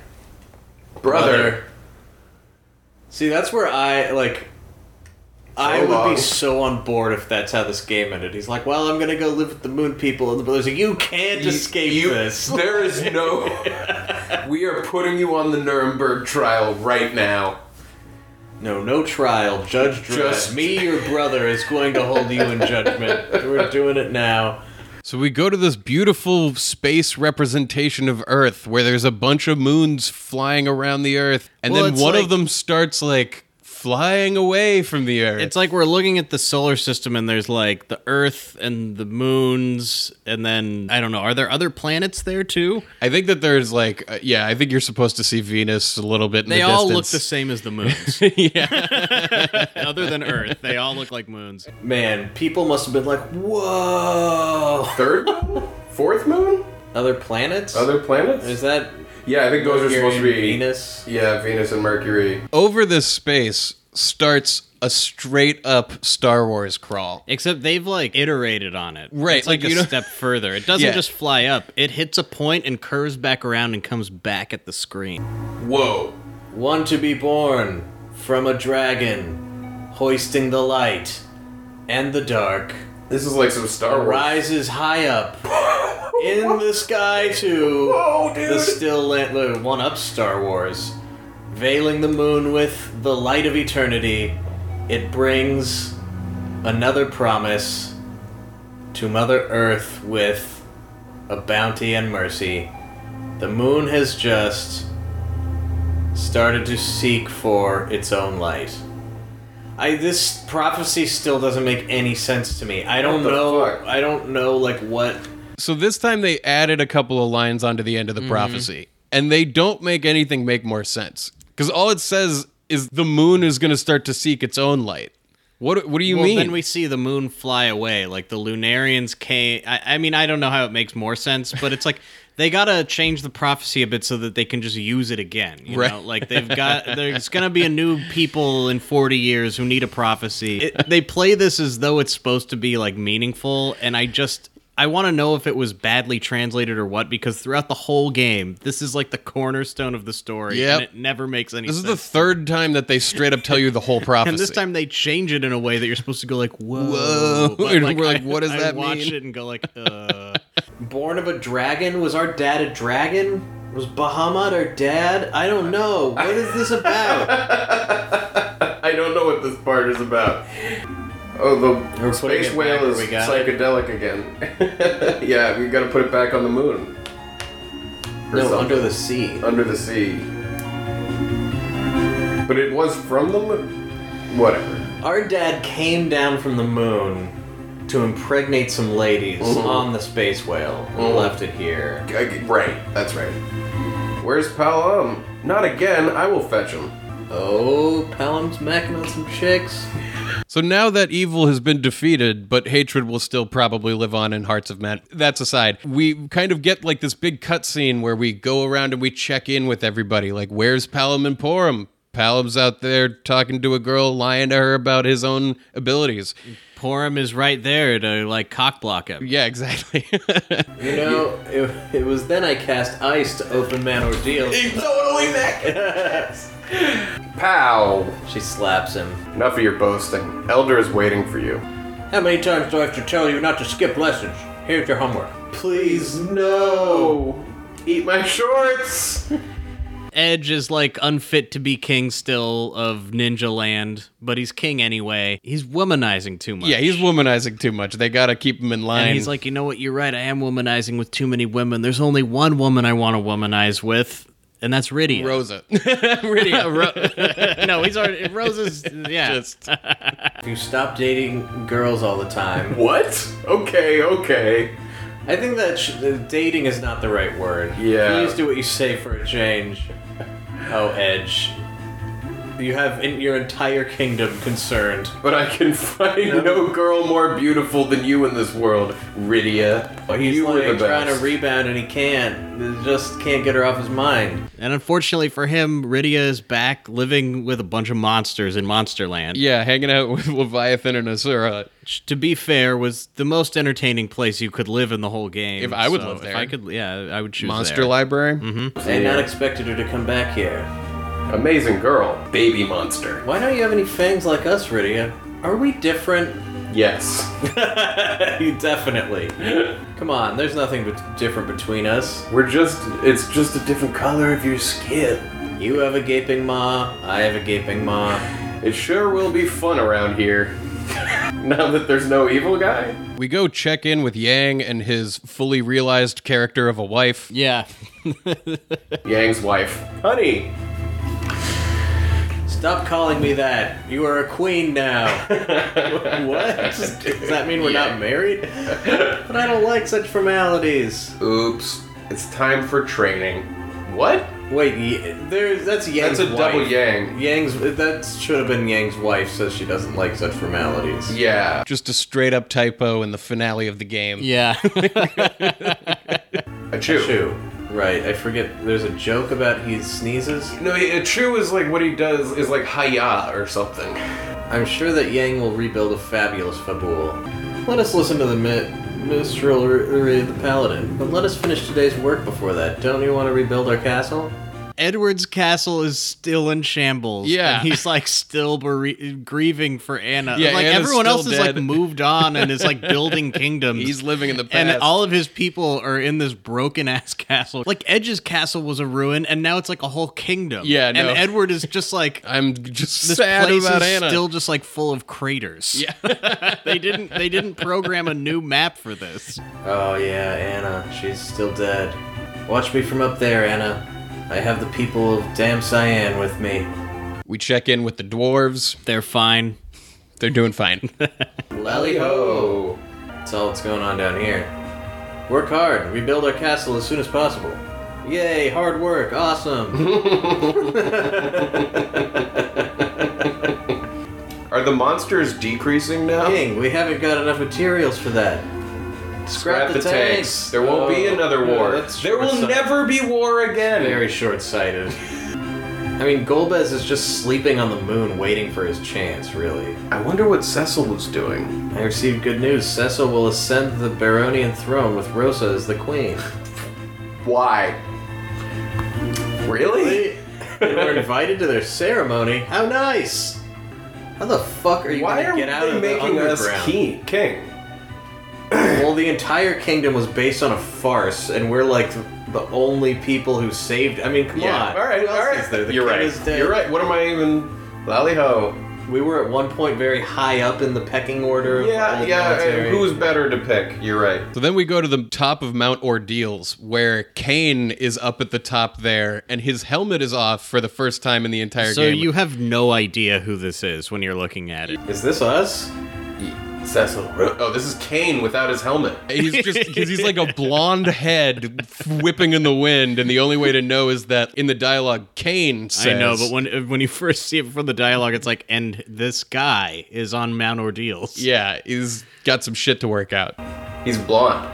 S5: Brother.
S4: See, that's where I like. I
S5: So
S4: would
S5: long.
S4: be so on board if that's how this game ended. He's like, "Well, I'm gonna go live with the moon people," and the brother's like, "You can't escape
S5: you,
S4: this."
S5: There is no. we are putting you on the Nuremberg trial right now.
S4: No, no trial, Judge Dredd.
S5: Just-
S4: me, your brother, is going to hold you in judgment. We're doing it now.
S1: So we go to this beautiful space representation of Earth where there's a bunch of moons flying around the Earth, and
S2: Well,
S1: then
S2: it's
S1: one
S2: like-
S1: of them starts like flying away from the Earth.
S2: It's like we're looking at the solar system and there's like the Earth and the moons, and then I don't know. Are there other planets there too?
S1: I think that there's like, uh, yeah, I think you're supposed to see Venus a little bit in
S2: They
S1: the
S2: all look the
S1: distance.
S2: same as the moons. yeah. Other than Earth, they all look like moons.
S4: Man, people must have been like, "Whoa!"
S5: Third moon? Fourth moon?
S4: Other planets?
S5: Other planets?
S4: Is that?
S5: yeah, I think those are supposed to be.
S4: Venus.
S5: Yeah, Venus and Mercury.
S1: Over this space starts a straight up Star Wars crawl.
S2: Except they've like iterated on it.
S1: Right,
S2: It's like,
S1: like,
S2: a
S1: you know-
S2: step further. It doesn't
S1: Yeah.
S2: just fly up, it hits a point and curves back around and comes back at the screen.
S5: Whoa.
S4: One to be born from a dragon, hoisting the light and the dark,
S5: This is like some Star Wars.
S4: rises high up in the sky to
S1: Oh,
S5: Whoa, Oh, dude.
S4: the still land. look, One up Star Wars, veiling the moon with the light of eternity. It brings another promise to Mother Earth with a bounty and mercy. The moon has just started to seek for its own light. I this prophecy still doesn't make any sense to me. I don't
S5: the
S4: know.
S5: fuck?
S4: I don't know like what.
S1: So this time they added a couple of lines onto the end
S2: Mm-hmm.
S1: of the prophecy, and they don't make anything make more sense because all it says is the moon is going to start to seek its own light. What What do you
S2: Well,
S1: mean?
S2: then we see the moon fly away. Like the Lunarians came. I, I mean, I don't know how it makes more sense, but it's like they gotta change the prophecy a bit so that they can just use it again. You
S1: Right.
S2: know, like they've got there's gonna be a new people in 40 years who need a prophecy. It, they play this as though it's supposed to be like meaningful, and I just. I want to know if it was badly translated or what, because throughout the whole game, this is like the cornerstone of the story,
S1: Yep.
S2: and it never makes any
S1: this is
S2: sense.
S1: the third time that they straight up tell you the whole prophecy.
S2: And this time they change it in a way that you're supposed to go like, whoa.
S1: Whoa. And we're like,
S2: I-
S1: what does
S2: I
S1: that
S2: watched
S1: mean?
S2: it and go like, uh.
S4: Born of a dragon? Was our dad a dragon? Was Bahamut our dad? I don't know. What is this about?
S5: I don't know what this part is about. Oh, the
S4: We're putting
S5: space
S4: it back
S5: whale
S4: where
S5: is
S4: we got it.
S5: psychedelic again. yeah, we gotta put it back on the moon. Or
S4: no,
S5: something.
S4: under the sea.
S5: under the sea. But it was from the moon. Whatever.
S4: Our dad came down from the moon to impregnate some ladies
S1: Mm-hmm.
S4: on the space whale and left it here.
S5: I g- right, that's right. Where's Palom? Not again. I will fetch him.
S4: Oh, Palom's macking on some chicks.
S1: so now that evil has been defeated, but hatred will still probably live on in hearts of men. That's aside. We kind of get like this big cutscene where we go around and we check in with everybody. Like, where's Palom and Porum? Palom's out there talking to a girl, lying to her about his own abilities.
S2: Porum is right there to like cock block him.
S1: Yeah, exactly.
S4: You know, it, it was then I cast ice to open man ordeal.
S5: Totally back. Pow!
S4: She slaps him.
S5: Enough of your boasting. Elder is waiting for you.
S4: How many times do I have to tell you not to skip lessons? Here's your homework.
S5: Please no. Eat my shorts.
S2: Edge is like unfit to be king still of Ninja Land, but he's king anyway. He's womanizing too much.
S1: yeah, he's womanizing too much. They got to keep him in line.
S2: And he's like, you know what? You're right. I am womanizing with too many women. There's only one woman I want to womanize with, and that's Rydia.
S1: Rosa. Rydia. Ro-
S2: no, he's already. Rose's. Yeah.
S1: just.
S4: If you stop dating girls all the time,
S5: What? Okay, okay.
S4: I think that sh- that dating is not the right word.
S5: Yeah.
S4: Please do what you say for a change. Oh, Edge. You have in your entire kingdom concerned.
S5: But I can find no girl more beautiful than you in this world, Rydia.
S4: He's
S5: you
S4: like
S5: were the
S4: trying
S5: best.
S4: to rebound and he can't. He just can't get her off his mind.
S2: And unfortunately for him, Rydia is back living with a bunch of monsters in Monsterland.
S1: Yeah, hanging out with Leviathan and Asura.
S2: Which, to be fair, was the most entertaining place you could live in the whole game.
S1: If I would live
S2: If
S1: there.
S2: I could, yeah, I would choose
S1: Monster
S2: there.
S1: Library.
S5: Mm-hmm.
S4: And not expected her to come back here.
S5: Amazing girl, baby monster.
S4: Why don't you have any fangs like us, Rydia? Are we different?
S5: Yes.
S4: You Definitely. Come on, there's nothing bet- different between us.
S5: We're just, it's just a different color of your skin.
S4: You have a gaping maw, I have a gaping maw.
S5: It sure will be fun around here. now that there's no evil guy.
S1: We go check in with Yang and his fully realized character of a wife.
S2: Yeah.
S5: Yang's wife.
S4: Honey! Stop calling me that. You are a queen now. what? Does that mean we're not married? but I don't like such formalities.
S5: Oops. It's time for training. What?
S4: Wait, y- there's that's Yang's
S5: That's a double
S4: wife.
S5: Yang.
S4: Yang's that should have been Yang's wife says she doesn't like such formalities.
S5: Yeah.
S1: Just a straight up typo in the finale of the game.
S2: Yeah.
S5: A chew.
S4: True. Right, I forget. There's a joke about he sneezes.
S5: No, a chew is like what he does is like hiya or something.
S4: I'm sure that Yang will rebuild a fabulous Fabul. Let us listen to the mi- Minstrel Uri the Paladin, but let us finish today's work before that. Don't you want to rebuild our castle?
S2: Edward's castle is still in shambles.
S1: Yeah.
S2: and he's like still bere- grieving for Anna.
S1: Yeah,
S2: like
S1: Anna's
S2: everyone
S1: still
S2: else is like
S1: dead.
S2: moved on and is like building kingdoms.
S1: He's living in the past.
S2: and all of his people are in this broken ass castle. Like Edge's castle was a ruin, and now it's like a whole kingdom.
S1: Yeah,
S2: and
S1: no.
S2: Edward is just like
S1: I'm just
S2: this
S1: sad
S2: place
S1: about
S2: is
S1: Anna.
S2: still just like full of craters.
S1: Yeah.
S2: they didn't they didn't program a new map for this.
S4: Oh, yeah, Anna. She's still dead. Watch me from up there, Anna. I have the people of Damn Cyan with me.
S1: we check in with the dwarves.
S2: They're fine.
S1: They're doing fine.
S4: Lally
S5: Oh.
S4: ho! That's all that's going on down here. Work hard, rebuild our castle as soon as possible. Yay, hard work, awesome.
S5: Are the monsters decreasing now?
S4: King, we haven't got enough materials for that.
S5: Scrap the, tanks. There won't be
S4: Oh,
S5: another
S4: no,
S5: war.
S4: that's
S5: there will
S4: short-sighted.
S5: never be war again.
S4: Very short sighted. I mean, Golbez is just sleeping on the moon waiting for his chance, really.
S5: I wonder what Cecil was doing.
S4: I received good news. Cecil will ascend the Baronian throne with Rosa as the queen.
S5: Why? Really?
S4: they were invited to their ceremony. How nice! How the fuck are you
S5: Why
S4: gonna
S5: are
S4: get out
S5: they
S4: of
S5: making
S4: the
S5: us
S4: underground?
S5: king? King.
S4: Well, the entire kingdom was based on a farce, and we're like the only people who saved. I mean, come on.
S5: All right.
S4: Who else
S5: All
S4: is there?
S5: right.
S4: The
S5: You're
S4: king
S5: right.
S4: is dead.
S5: You're right. What am I even? Lally ho.
S4: We were at one point very high up in the pecking order. of all
S5: Yeah.
S4: the
S5: Yeah.
S4: military.
S5: Who's better to pick? You're right.
S1: so then we go to the top of Mount Ordeals, where Kane is up at the top there, and his helmet is off for the first time in the entire
S2: So
S1: game.
S2: you have no idea who this is when you're looking at it.
S4: Is this us?
S5: Cecil. Oh, this is Kane without his helmet.
S1: He's just because he's like a blonde head whipping in the wind, and the only way to know is that in the dialogue, Kane says,
S2: I know, but when when you first see it from the dialogue, it's like, and this guy is on Mount Ordeals.
S1: yeah, he's got some shit to work out."
S5: He's blonde.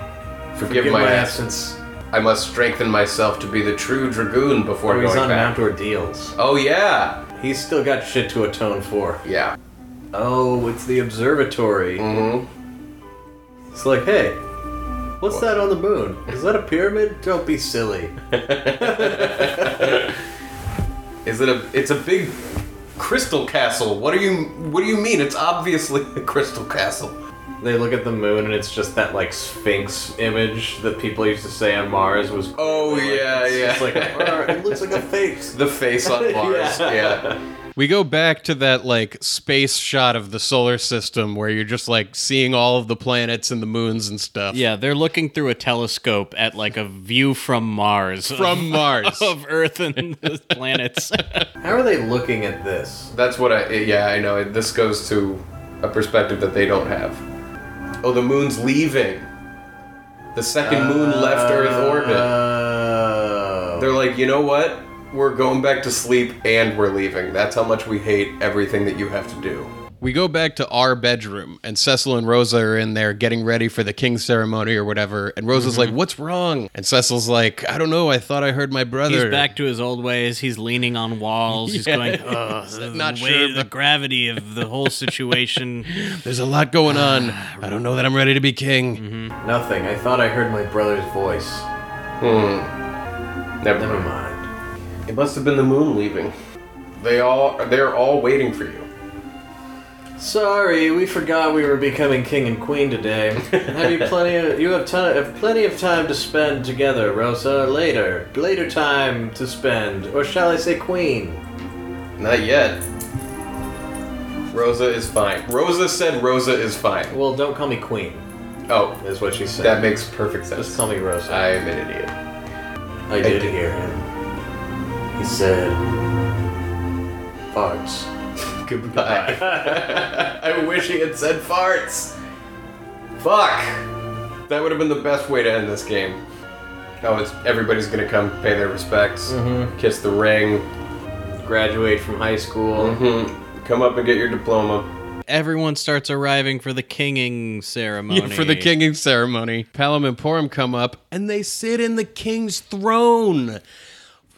S5: Forgive,
S4: Give
S5: my,
S4: my
S5: ass.
S4: absence.
S5: I must strengthen myself to be the true dragoon before
S4: Oh,
S5: going
S4: he's on
S5: back.
S4: Mount Ordeals.
S5: oh yeah.
S4: He's still got shit to atone for.
S5: Yeah.
S4: Oh, it's the observatory.
S5: hmm
S4: It's like, hey, what's that on the moon? Is that a pyramid? Don't be silly.
S5: Is it a? It's a big crystal castle. What do you? What do you mean? It's obviously a crystal castle.
S4: They look at the moon and it's just that like sphinx image that people used to say on Mars was.
S5: Oh,
S4: Like,
S5: yeah,
S4: it's
S5: yeah.
S4: just like a- it looks like a face.
S5: The face on Mars.
S4: Yeah.
S5: yeah.
S1: We go back to that like space shot of the solar system where you're just like seeing all of the planets and the moons and stuff.
S2: Yeah, they're looking through a telescope at like a view from Mars.
S1: From Mars.
S5: Oh,
S2: of Earth and the planets.
S4: How are they looking at this?
S5: That's what I. Yeah, I know. This goes to a perspective that they don't have. Oh, the moon's leaving. The second moon left Earth orbit.
S4: Uh,
S2: Oh.
S5: They're like, you know what? We're going back to sleep and we're leaving. That's how much we hate everything that you have to do.
S1: We go back to our bedroom, and Cecil and Rosa are in there getting ready for the king's ceremony or whatever. And Rosa's
S2: Mm-hmm.
S1: like, "What's wrong?" And Cecil's like, "I don't know. I thought I heard my brother."
S2: He's back to his old ways. He's leaning on walls. He's going, oh,
S1: Not
S2: the
S1: sure,
S2: weight- the
S1: but-
S2: gravity of the whole situation.
S1: There's a lot going
S2: Ah,
S1: on. I don't know that I'm ready to be king.
S4: Nothing. I thought I heard my brother's voice.
S5: Never
S4: Never
S5: mind.
S4: mind.
S5: It must have been the moon leaving. They all they're all waiting for you.
S4: Sorry, we forgot we were becoming king and queen today. have you plenty? Of, you have, ton, have plenty of time to spend together, Rosa. Later, later time to spend, or shall I say, queen?
S5: Not yet. Rosa is fine. Rosa said Rosa is fine.
S4: Well, don't call me queen.
S5: Oh,
S4: Is what she said.
S5: that makes perfect
S4: Just
S5: sense.
S4: call me Rosa.
S5: I am an idiot.
S4: I did hear him. He said, "Farts."
S5: Goodbye. I wish he had said farts. Fuck. That would have been the best way to end this game. Oh, it's everybody's gonna come pay their respects, kiss the ring,
S4: Mm-hmm. Graduate from high school.
S5: mhm, come up and get your diploma.
S2: Everyone starts arriving for the kinging ceremony.
S1: For the kinging ceremony, Palom and Porum come up and they sit in the king's throne.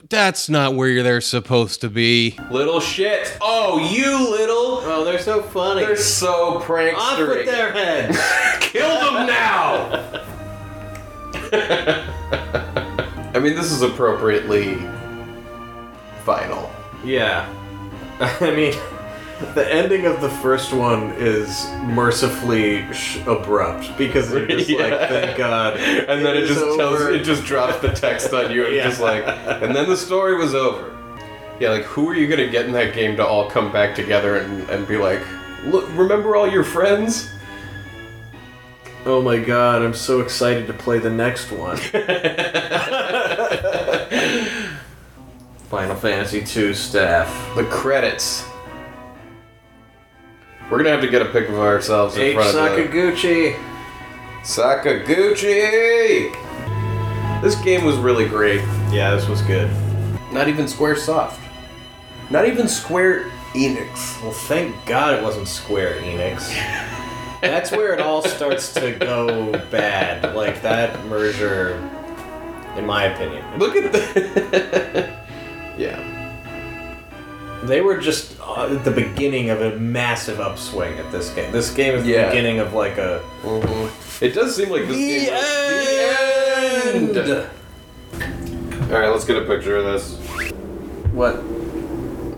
S1: That's not where they're supposed to be.
S5: Little shit. Oh, you little.
S4: Oh, they're so funny.
S5: They're so prankstery.
S4: Off with their heads.
S5: Kill them now! I mean, this is appropriately final.
S4: Yeah. I mean, the ending of the first one is mercifully sh- abrupt because you're just
S5: Yeah.
S4: like, thank God.
S5: And then it
S4: is
S5: just tells,
S4: over."
S5: it just drops the text on you, and it's just like, and then the story was over. Yeah, like who are you gonna get in that game to all come back together and, and be like, look, remember all your friends?
S4: oh my God, I'm so excited to play the next one. Final Fantasy II staff.
S5: The credits. We're gonna have to get a pic of ourselves in
S4: H.
S5: front of the-
S4: Sakaguchi.
S5: Sakaguchi! This game was really great.
S4: Yeah, this was good.
S5: Not even Squaresoft. Not even Square Enix.
S4: Well, thank God it wasn't Square Enix. That's where it all starts to go bad. Like that merger, in my opinion.
S5: Look at the. yeah.
S4: They were just uh, at the beginning of a massive upswing at this game. This game is the
S5: Yeah.
S4: beginning of like a
S5: Mm-hmm. It does seem like this game. was- The end! Alright, let's get a picture of this.
S4: What?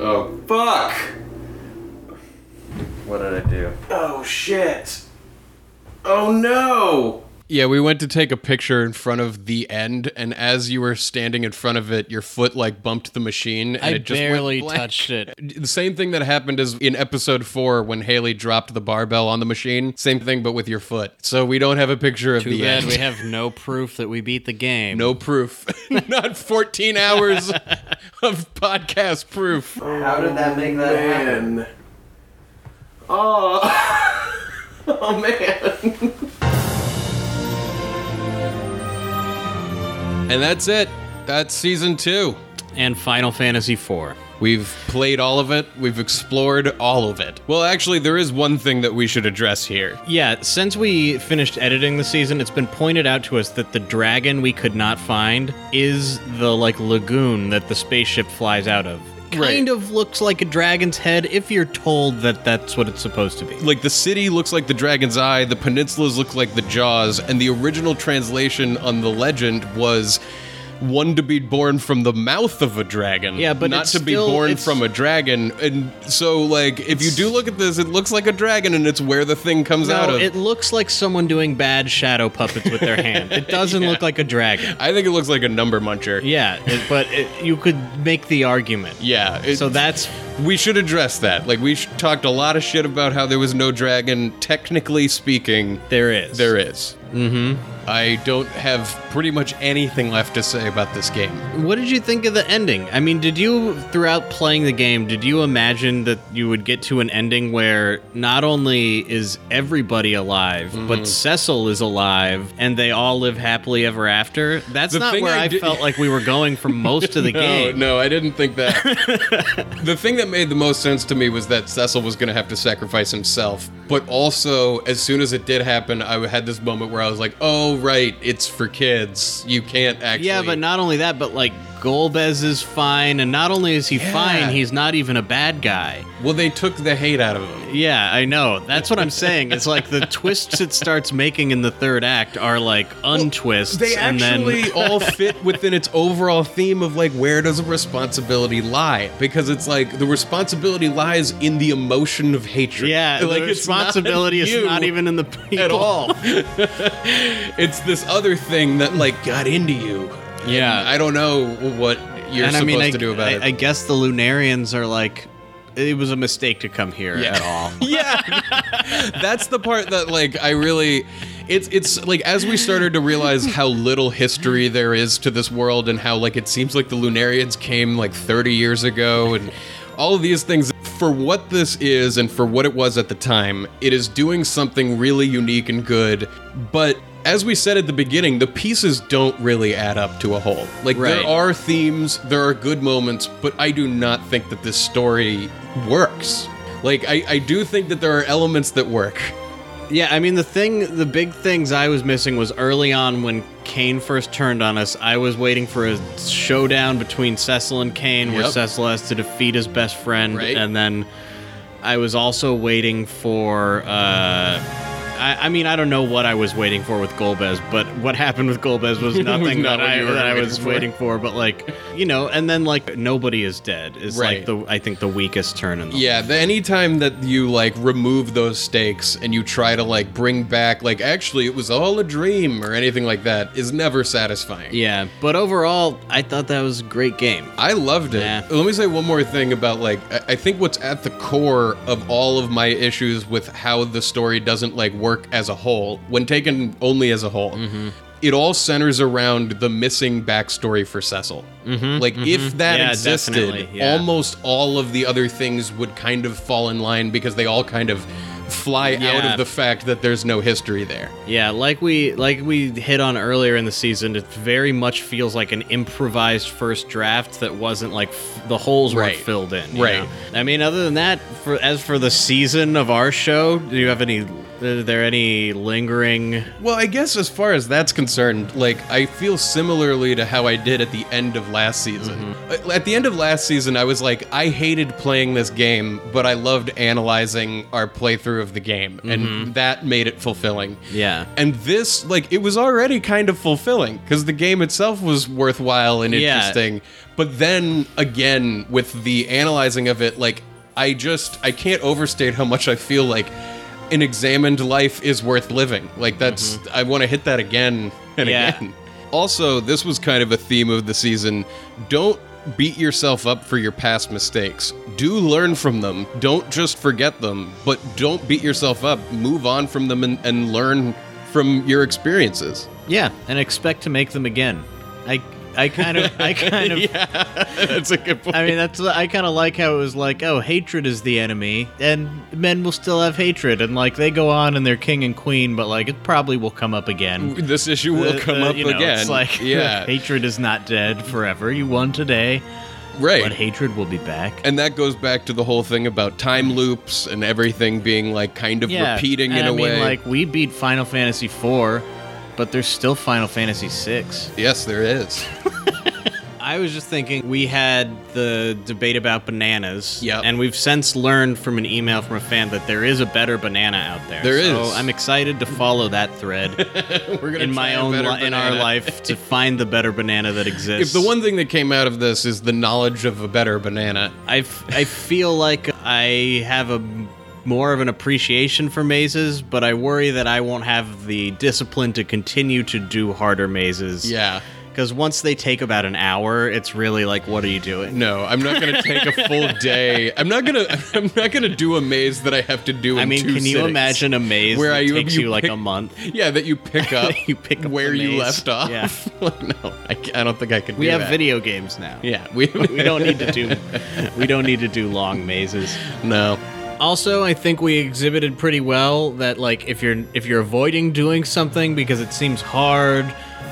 S5: Oh. Fuck!
S4: What did I do?
S5: Oh shit! Oh no!
S1: Yeah, we went to take a picture in front of the end, and as you were standing in front of it, your foot like bumped the machine, and
S2: I
S1: it just
S2: barely
S1: went blank.
S2: touched it.
S1: The same thing that happened is in episode four when Haley dropped the barbell on the machine. Same thing, but with your foot. So we don't have a picture of
S2: Too
S1: the
S2: bad
S1: end.
S2: we have no proof that we beat the game.
S1: no proof. Not 14 hours of podcast proof.
S3: How did that make that happen?
S5: Man. Oh. oh man.
S1: And that's it. That's season two.
S2: And Final Fantasy IV.
S1: We've played all of it. We've explored all of it. Well, actually, there is one thing that we should address here.
S2: Yeah, since we finished editing the season, it's been pointed out to us that the dragon we could not find is the like lagoon that the spaceship flies out of. Kind
S1: Right.
S2: of looks like a dragon's head if you're told that that's what it's supposed to be.
S1: Like the city looks like the Dragon's Eye, the peninsulas look like the Jaws, and the original translation on the legend was one to be born from the mouth of a dragon.
S2: Yeah, but
S1: not
S2: it's
S1: to be
S2: still-
S1: born
S2: it's-
S1: from a dragon. And so, like, if you do look at this, it looks like a dragon, and it's where the thing comes out
S2: No,
S1: of.
S2: it looks like someone doing bad shadow puppets with their hand. It doesn't look like a dragon.
S1: I think it looks like a number muncher.
S2: Yeah, it- but it, you could make the argument.
S1: Yeah. it-
S2: So that's
S1: we should address that. Like, we sh- talked a lot of shit about how there was no dragon. Technically speaking,
S2: there is.
S1: there is.
S2: Mm-hmm.
S1: I don't have pretty much anything left to say about this game.
S2: What did you think of the ending? I mean, did you, throughout playing the game, did you imagine that you would get to an ending where not only is everybody alive,
S1: Mm-hmm.
S2: but Cecil is alive and they all live happily ever after? That's
S1: The
S2: not
S1: thing
S2: where
S1: I
S2: I,
S1: did-
S2: felt like we were going for most of the
S1: no,
S2: game.
S1: No, I didn't think that. the thing that made the most sense to me was that Cecil was going to have to sacrifice himself. But also, as soon as it did happen, I had this moment where I was like, oh, right, it's for kids. You can't actually.
S2: Yeah, but not only that, but like Golbez is fine, and not only is he fine, he's not even a bad guy.
S1: Well, they took the hate out of him.
S2: Yeah, I know. That's what I'm saying. It's like the twists it starts making in the third act are like untwists.
S1: They
S2: and
S1: actually
S2: then,
S1: all fit within its overall theme of like where does responsibility lie? Because it's like the responsibility lies in the emotion of hatred.
S2: yeah,
S1: like
S2: the
S1: it's not
S2: responsibility
S1: you
S2: is not even in the people.
S1: at all. it's this other thing that like got into you.
S2: Yeah.
S1: And I don't know what you're
S2: and
S1: supposed
S2: I mean, I,
S1: to do about
S2: I,
S1: it.
S2: I guess the Lunarians are like, it was a mistake to come here
S1: Yeah.
S2: at all.
S1: yeah that's the part that like i really it's it's like as we started to realize how little history there is to this world and how like it seems like the lunarians came like 30 years ago and all of these things for what this is and for what it was at the time it is doing something really unique and good but as we said at the beginning the pieces don't really add up to a whole like
S2: Right.
S1: there are themes there are good moments but i do not think that this story works like I, I do think that there are elements that work.
S2: Yeah, I mean the thing, the big things I was missing was early on when Kane first turned on us. I was waiting for a showdown between Cecil and Kane, where
S1: Yep.
S2: Cecil has to defeat his best friend,
S1: Right.
S2: and then I was also waiting for. Uh, I, I mean, I don't know what I was waiting for with Golbez, but what happened with Golbez was nothing
S1: not
S2: that,
S1: what
S2: I,
S1: you were
S2: that I
S1: waiting
S2: was
S1: for.
S2: waiting for. But like, you know, and then like nobody is dead is
S1: Right.
S2: like the I think the weakest turn in the
S1: Yeah, the, anytime that you like remove those stakes and you try to like bring back like actually it was all a dream or anything like that is never satisfying.
S2: Yeah, but overall, I thought that was a great game.
S1: I loved it.
S2: Yeah.
S1: Let me say one more thing about like I I think what's at the core of all of my issues with how the story doesn't like work as a whole, when taken only as a whole,
S2: Mm-hmm.
S1: it all centers around the missing backstory for Cecil. Like if that
S2: Mm-hmm, Yeah,
S1: existed,
S2: definitely, yeah.
S1: almost all of the other things would kind of fall in line because they all kind of fly out
S2: Yeah.
S1: of the fact that there's no history there.
S2: Yeah, like we like we hit on earlier in the season, it very much feels like an improvised first draft that wasn't like f- the holes
S1: Right.
S2: weren't filled in. you
S1: Right.
S2: know? I mean, other than that, for as for the season of our show, do you have any? Are there any lingering?
S1: Well, I guess as far as that's concerned, like I feel similarly to how I did at the end of last season. Uh, At the end of last season, I was like, I hated playing this game, but I loved analyzing our playthrough of the game, and that made it fulfilling.
S2: Yeah.
S1: And this, like, it was already kind of fulfilling because the game itself was worthwhile and
S2: Yeah.
S1: interesting. But then again, with the analyzing of it, like, I just, I can't overstate how much I feel like an examined life is worth living. Like, that's,
S2: Mm-hmm.
S1: I want to hit that again and
S2: Yeah.
S1: again. Also, this was kind of a theme of the season. Don't beat yourself up for your past mistakes. Do learn from them. Don't just forget them, but don't beat yourself up. Move on from them and, and learn from your experiences.
S2: Yeah, and expect to make them again. I I kind of I kind of
S1: That's a good point.
S2: I mean, that's I kind of like how it was like, oh, hatred is the enemy, and men will still have hatred, and like they go on and they're king and queen, but like it probably will come up again.
S1: This issue will
S2: The-
S1: come
S2: the-
S1: up
S2: uh, you know,
S1: again.
S2: It's like
S1: yeah,
S2: hatred is not dead forever. You won today,
S1: right.
S2: but hatred will be back.
S1: and that goes back to the whole thing about time loops and everything being like kind of repeating
S2: and
S1: in
S2: I
S1: a
S2: mean,
S1: way.
S2: Like we beat Final Fantasy IV, but there's still Final Fantasy VI.
S1: yes, there is.
S2: I was just thinking we had the debate about bananas.
S1: Yep.
S2: And we've since learned from an email from a fan that there is a better banana out there.
S1: There
S2: so
S1: is.
S2: I'm excited to follow that thread
S1: We're gonna
S2: in my
S1: try a
S2: own
S1: better
S2: li- in our
S1: banana.
S2: life to find the better banana that
S1: If
S2: exists.
S1: the one thing that came out of this is the knowledge of a better banana,
S2: I, f- I feel like I have a m- more of an appreciation for mazes, but I worry that I won't have the discipline to continue to do harder mazes.
S1: yeah,
S2: Because once they take about an hour, it's really like, what are you doing?
S1: No, I'm not gonna take a full day. I'm not gonna. I'm not gonna do a maze that I have to do. In
S2: I mean,
S1: two
S2: can you
S1: sittings.
S2: imagine a maze
S1: Where
S2: that
S1: are you-
S2: takes
S1: you
S2: you, like
S1: pick-
S2: a month?
S1: Yeah, that you pick up.
S2: You pick up the
S1: where you
S2: maze.
S1: left off.
S2: Yeah.
S1: like, no, I, ca- I don't think I could.
S2: We
S1: do
S2: have
S1: that.
S2: video games now.
S1: Yeah, we,
S2: We don't need to do. we don't need to do long mazes.
S1: No.
S2: Also, I think we exhibited pretty well that like if you're if you're avoiding doing something because it seems hard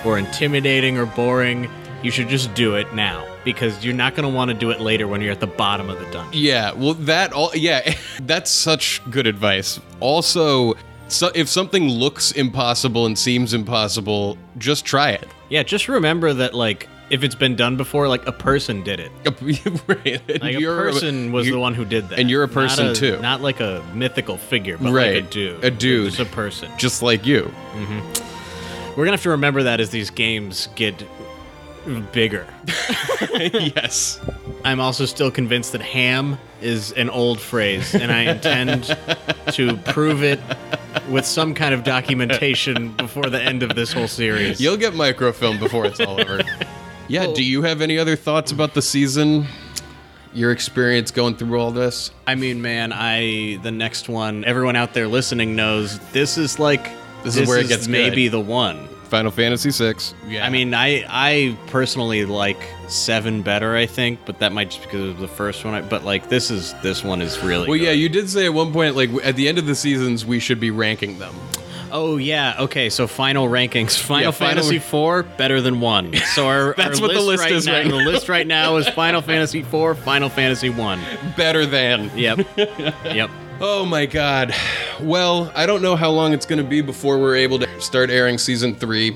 S2: or intimidating or boring, you should just do it now because you're not going to want to do it later when you're at the bottom of the dungeon.
S1: Yeah, well, that all. Yeah, that's such good advice. Also, so if something looks impossible and seems impossible, just try it.
S2: Yeah, just remember that like if it's been done before, like a person did it.
S1: right. and
S2: Like
S1: you're
S2: a person was
S1: you-
S2: the one who did that,
S1: and you're a
S2: Not
S1: person, too.
S2: Not like a mythical figure, but like a
S1: Right.
S2: dude,
S1: A dude.
S2: just a person.
S1: just like you.
S2: We're gonna have to remember that as these games get bigger.
S1: yes.
S2: I'm also still convinced that ham is an old phrase, and I intend to prove it with some kind of documentation before the end of this whole series.
S1: You'll get microfilm before it's all over. Yeah, do you have any other thoughts about the season? Your experience going through all this?
S2: I mean, man, I the next one. Everyone out there listening knows this is like
S1: This is where it gets
S2: maybe
S1: good.
S2: the one.
S1: Final Fantasy VI. Yeah.
S2: I mean, I I personally like seven better, I think, but that might just because of the first one. I, but like this is this one is really
S1: well,
S2: good.
S1: yeah, you did say at one point, like w- at the end of the seasons, we should be ranking them.
S2: Oh yeah. Okay. So final rankings. Final
S1: Yeah, final-
S2: Fantasy IV better than one. So our,
S1: That's
S2: our
S1: what the list
S2: right
S1: is
S2: now,
S1: right now.
S2: The list right now is Final Fantasy IV, Final Fantasy One.
S1: Better than.
S2: Yep. yep.
S1: Oh my god. Well, I don't know how long it's going to be before we're able to start airing season three,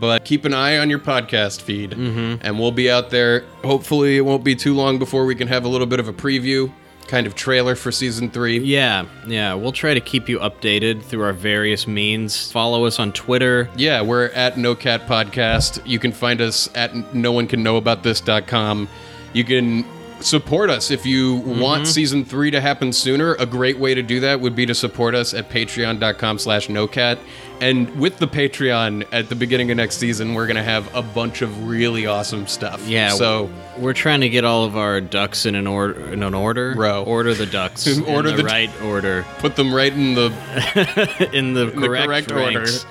S1: but keep an eye on your podcast feed and we'll be out there. Hopefully, it won't be too long before we can have a little bit of a preview, kind of trailer for season three.
S2: Yeah. Yeah. We'll try to keep you updated through our various means. Follow us on Twitter.
S1: Yeah, we're at No Cat Podcast. You can find us at no one can know about this.com. You can support us if you want season three to happen sooner. A great way to do that would be to support us at patreon.com slash no cat. And with the Patreon at the beginning of next season, we're gonna have a bunch of really awesome stuff.
S2: Yeah.
S1: So
S2: we're trying to get all of our ducks in an order. In an order.
S1: Row.
S2: Order the ducks.
S1: Order
S2: in
S1: the d-
S2: the right order.
S1: put them right in the
S2: in the
S1: the
S2: correct,
S1: correct order.
S2: ranks.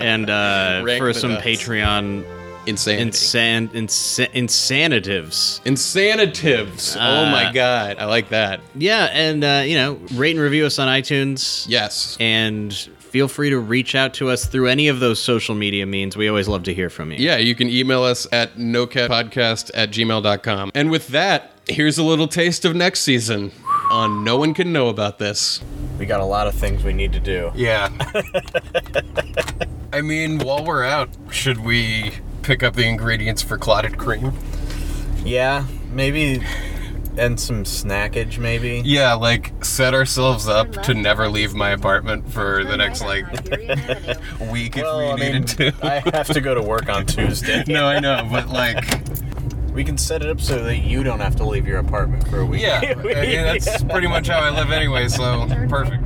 S2: and uh,
S1: Rank
S2: for
S1: the
S2: some
S1: ducks.
S2: Patreon
S1: insanity.
S2: insan- insa- insanitives.
S1: Insanitives. oh my
S2: Uh,
S1: god. I like that.
S2: Yeah, and uh, you know, rate and review us on iTunes.
S1: Yes.
S2: and feel free to reach out to us through any of those social media means. We always love to hear from you.
S1: Yeah, you can email us at nocatpodcast at gmail.com. And with that, here's a little taste of next season on No One Can Know About This.
S4: We got a lot of things we need to do.
S1: Yeah. I mean, while we're out, should we pick up the ingredients for clotted cream?
S4: Yeah, maybe. And some snackage, maybe.
S1: Yeah, like set ourselves up to never leave my apartment for the next like week if we needed to.
S4: I have to go to work on Tuesday.
S1: No, I know, but like
S4: We can set it up so that you don't have to leave your apartment for a week.
S1: yeah, I mean, that's pretty much how I live anyway, so perfect.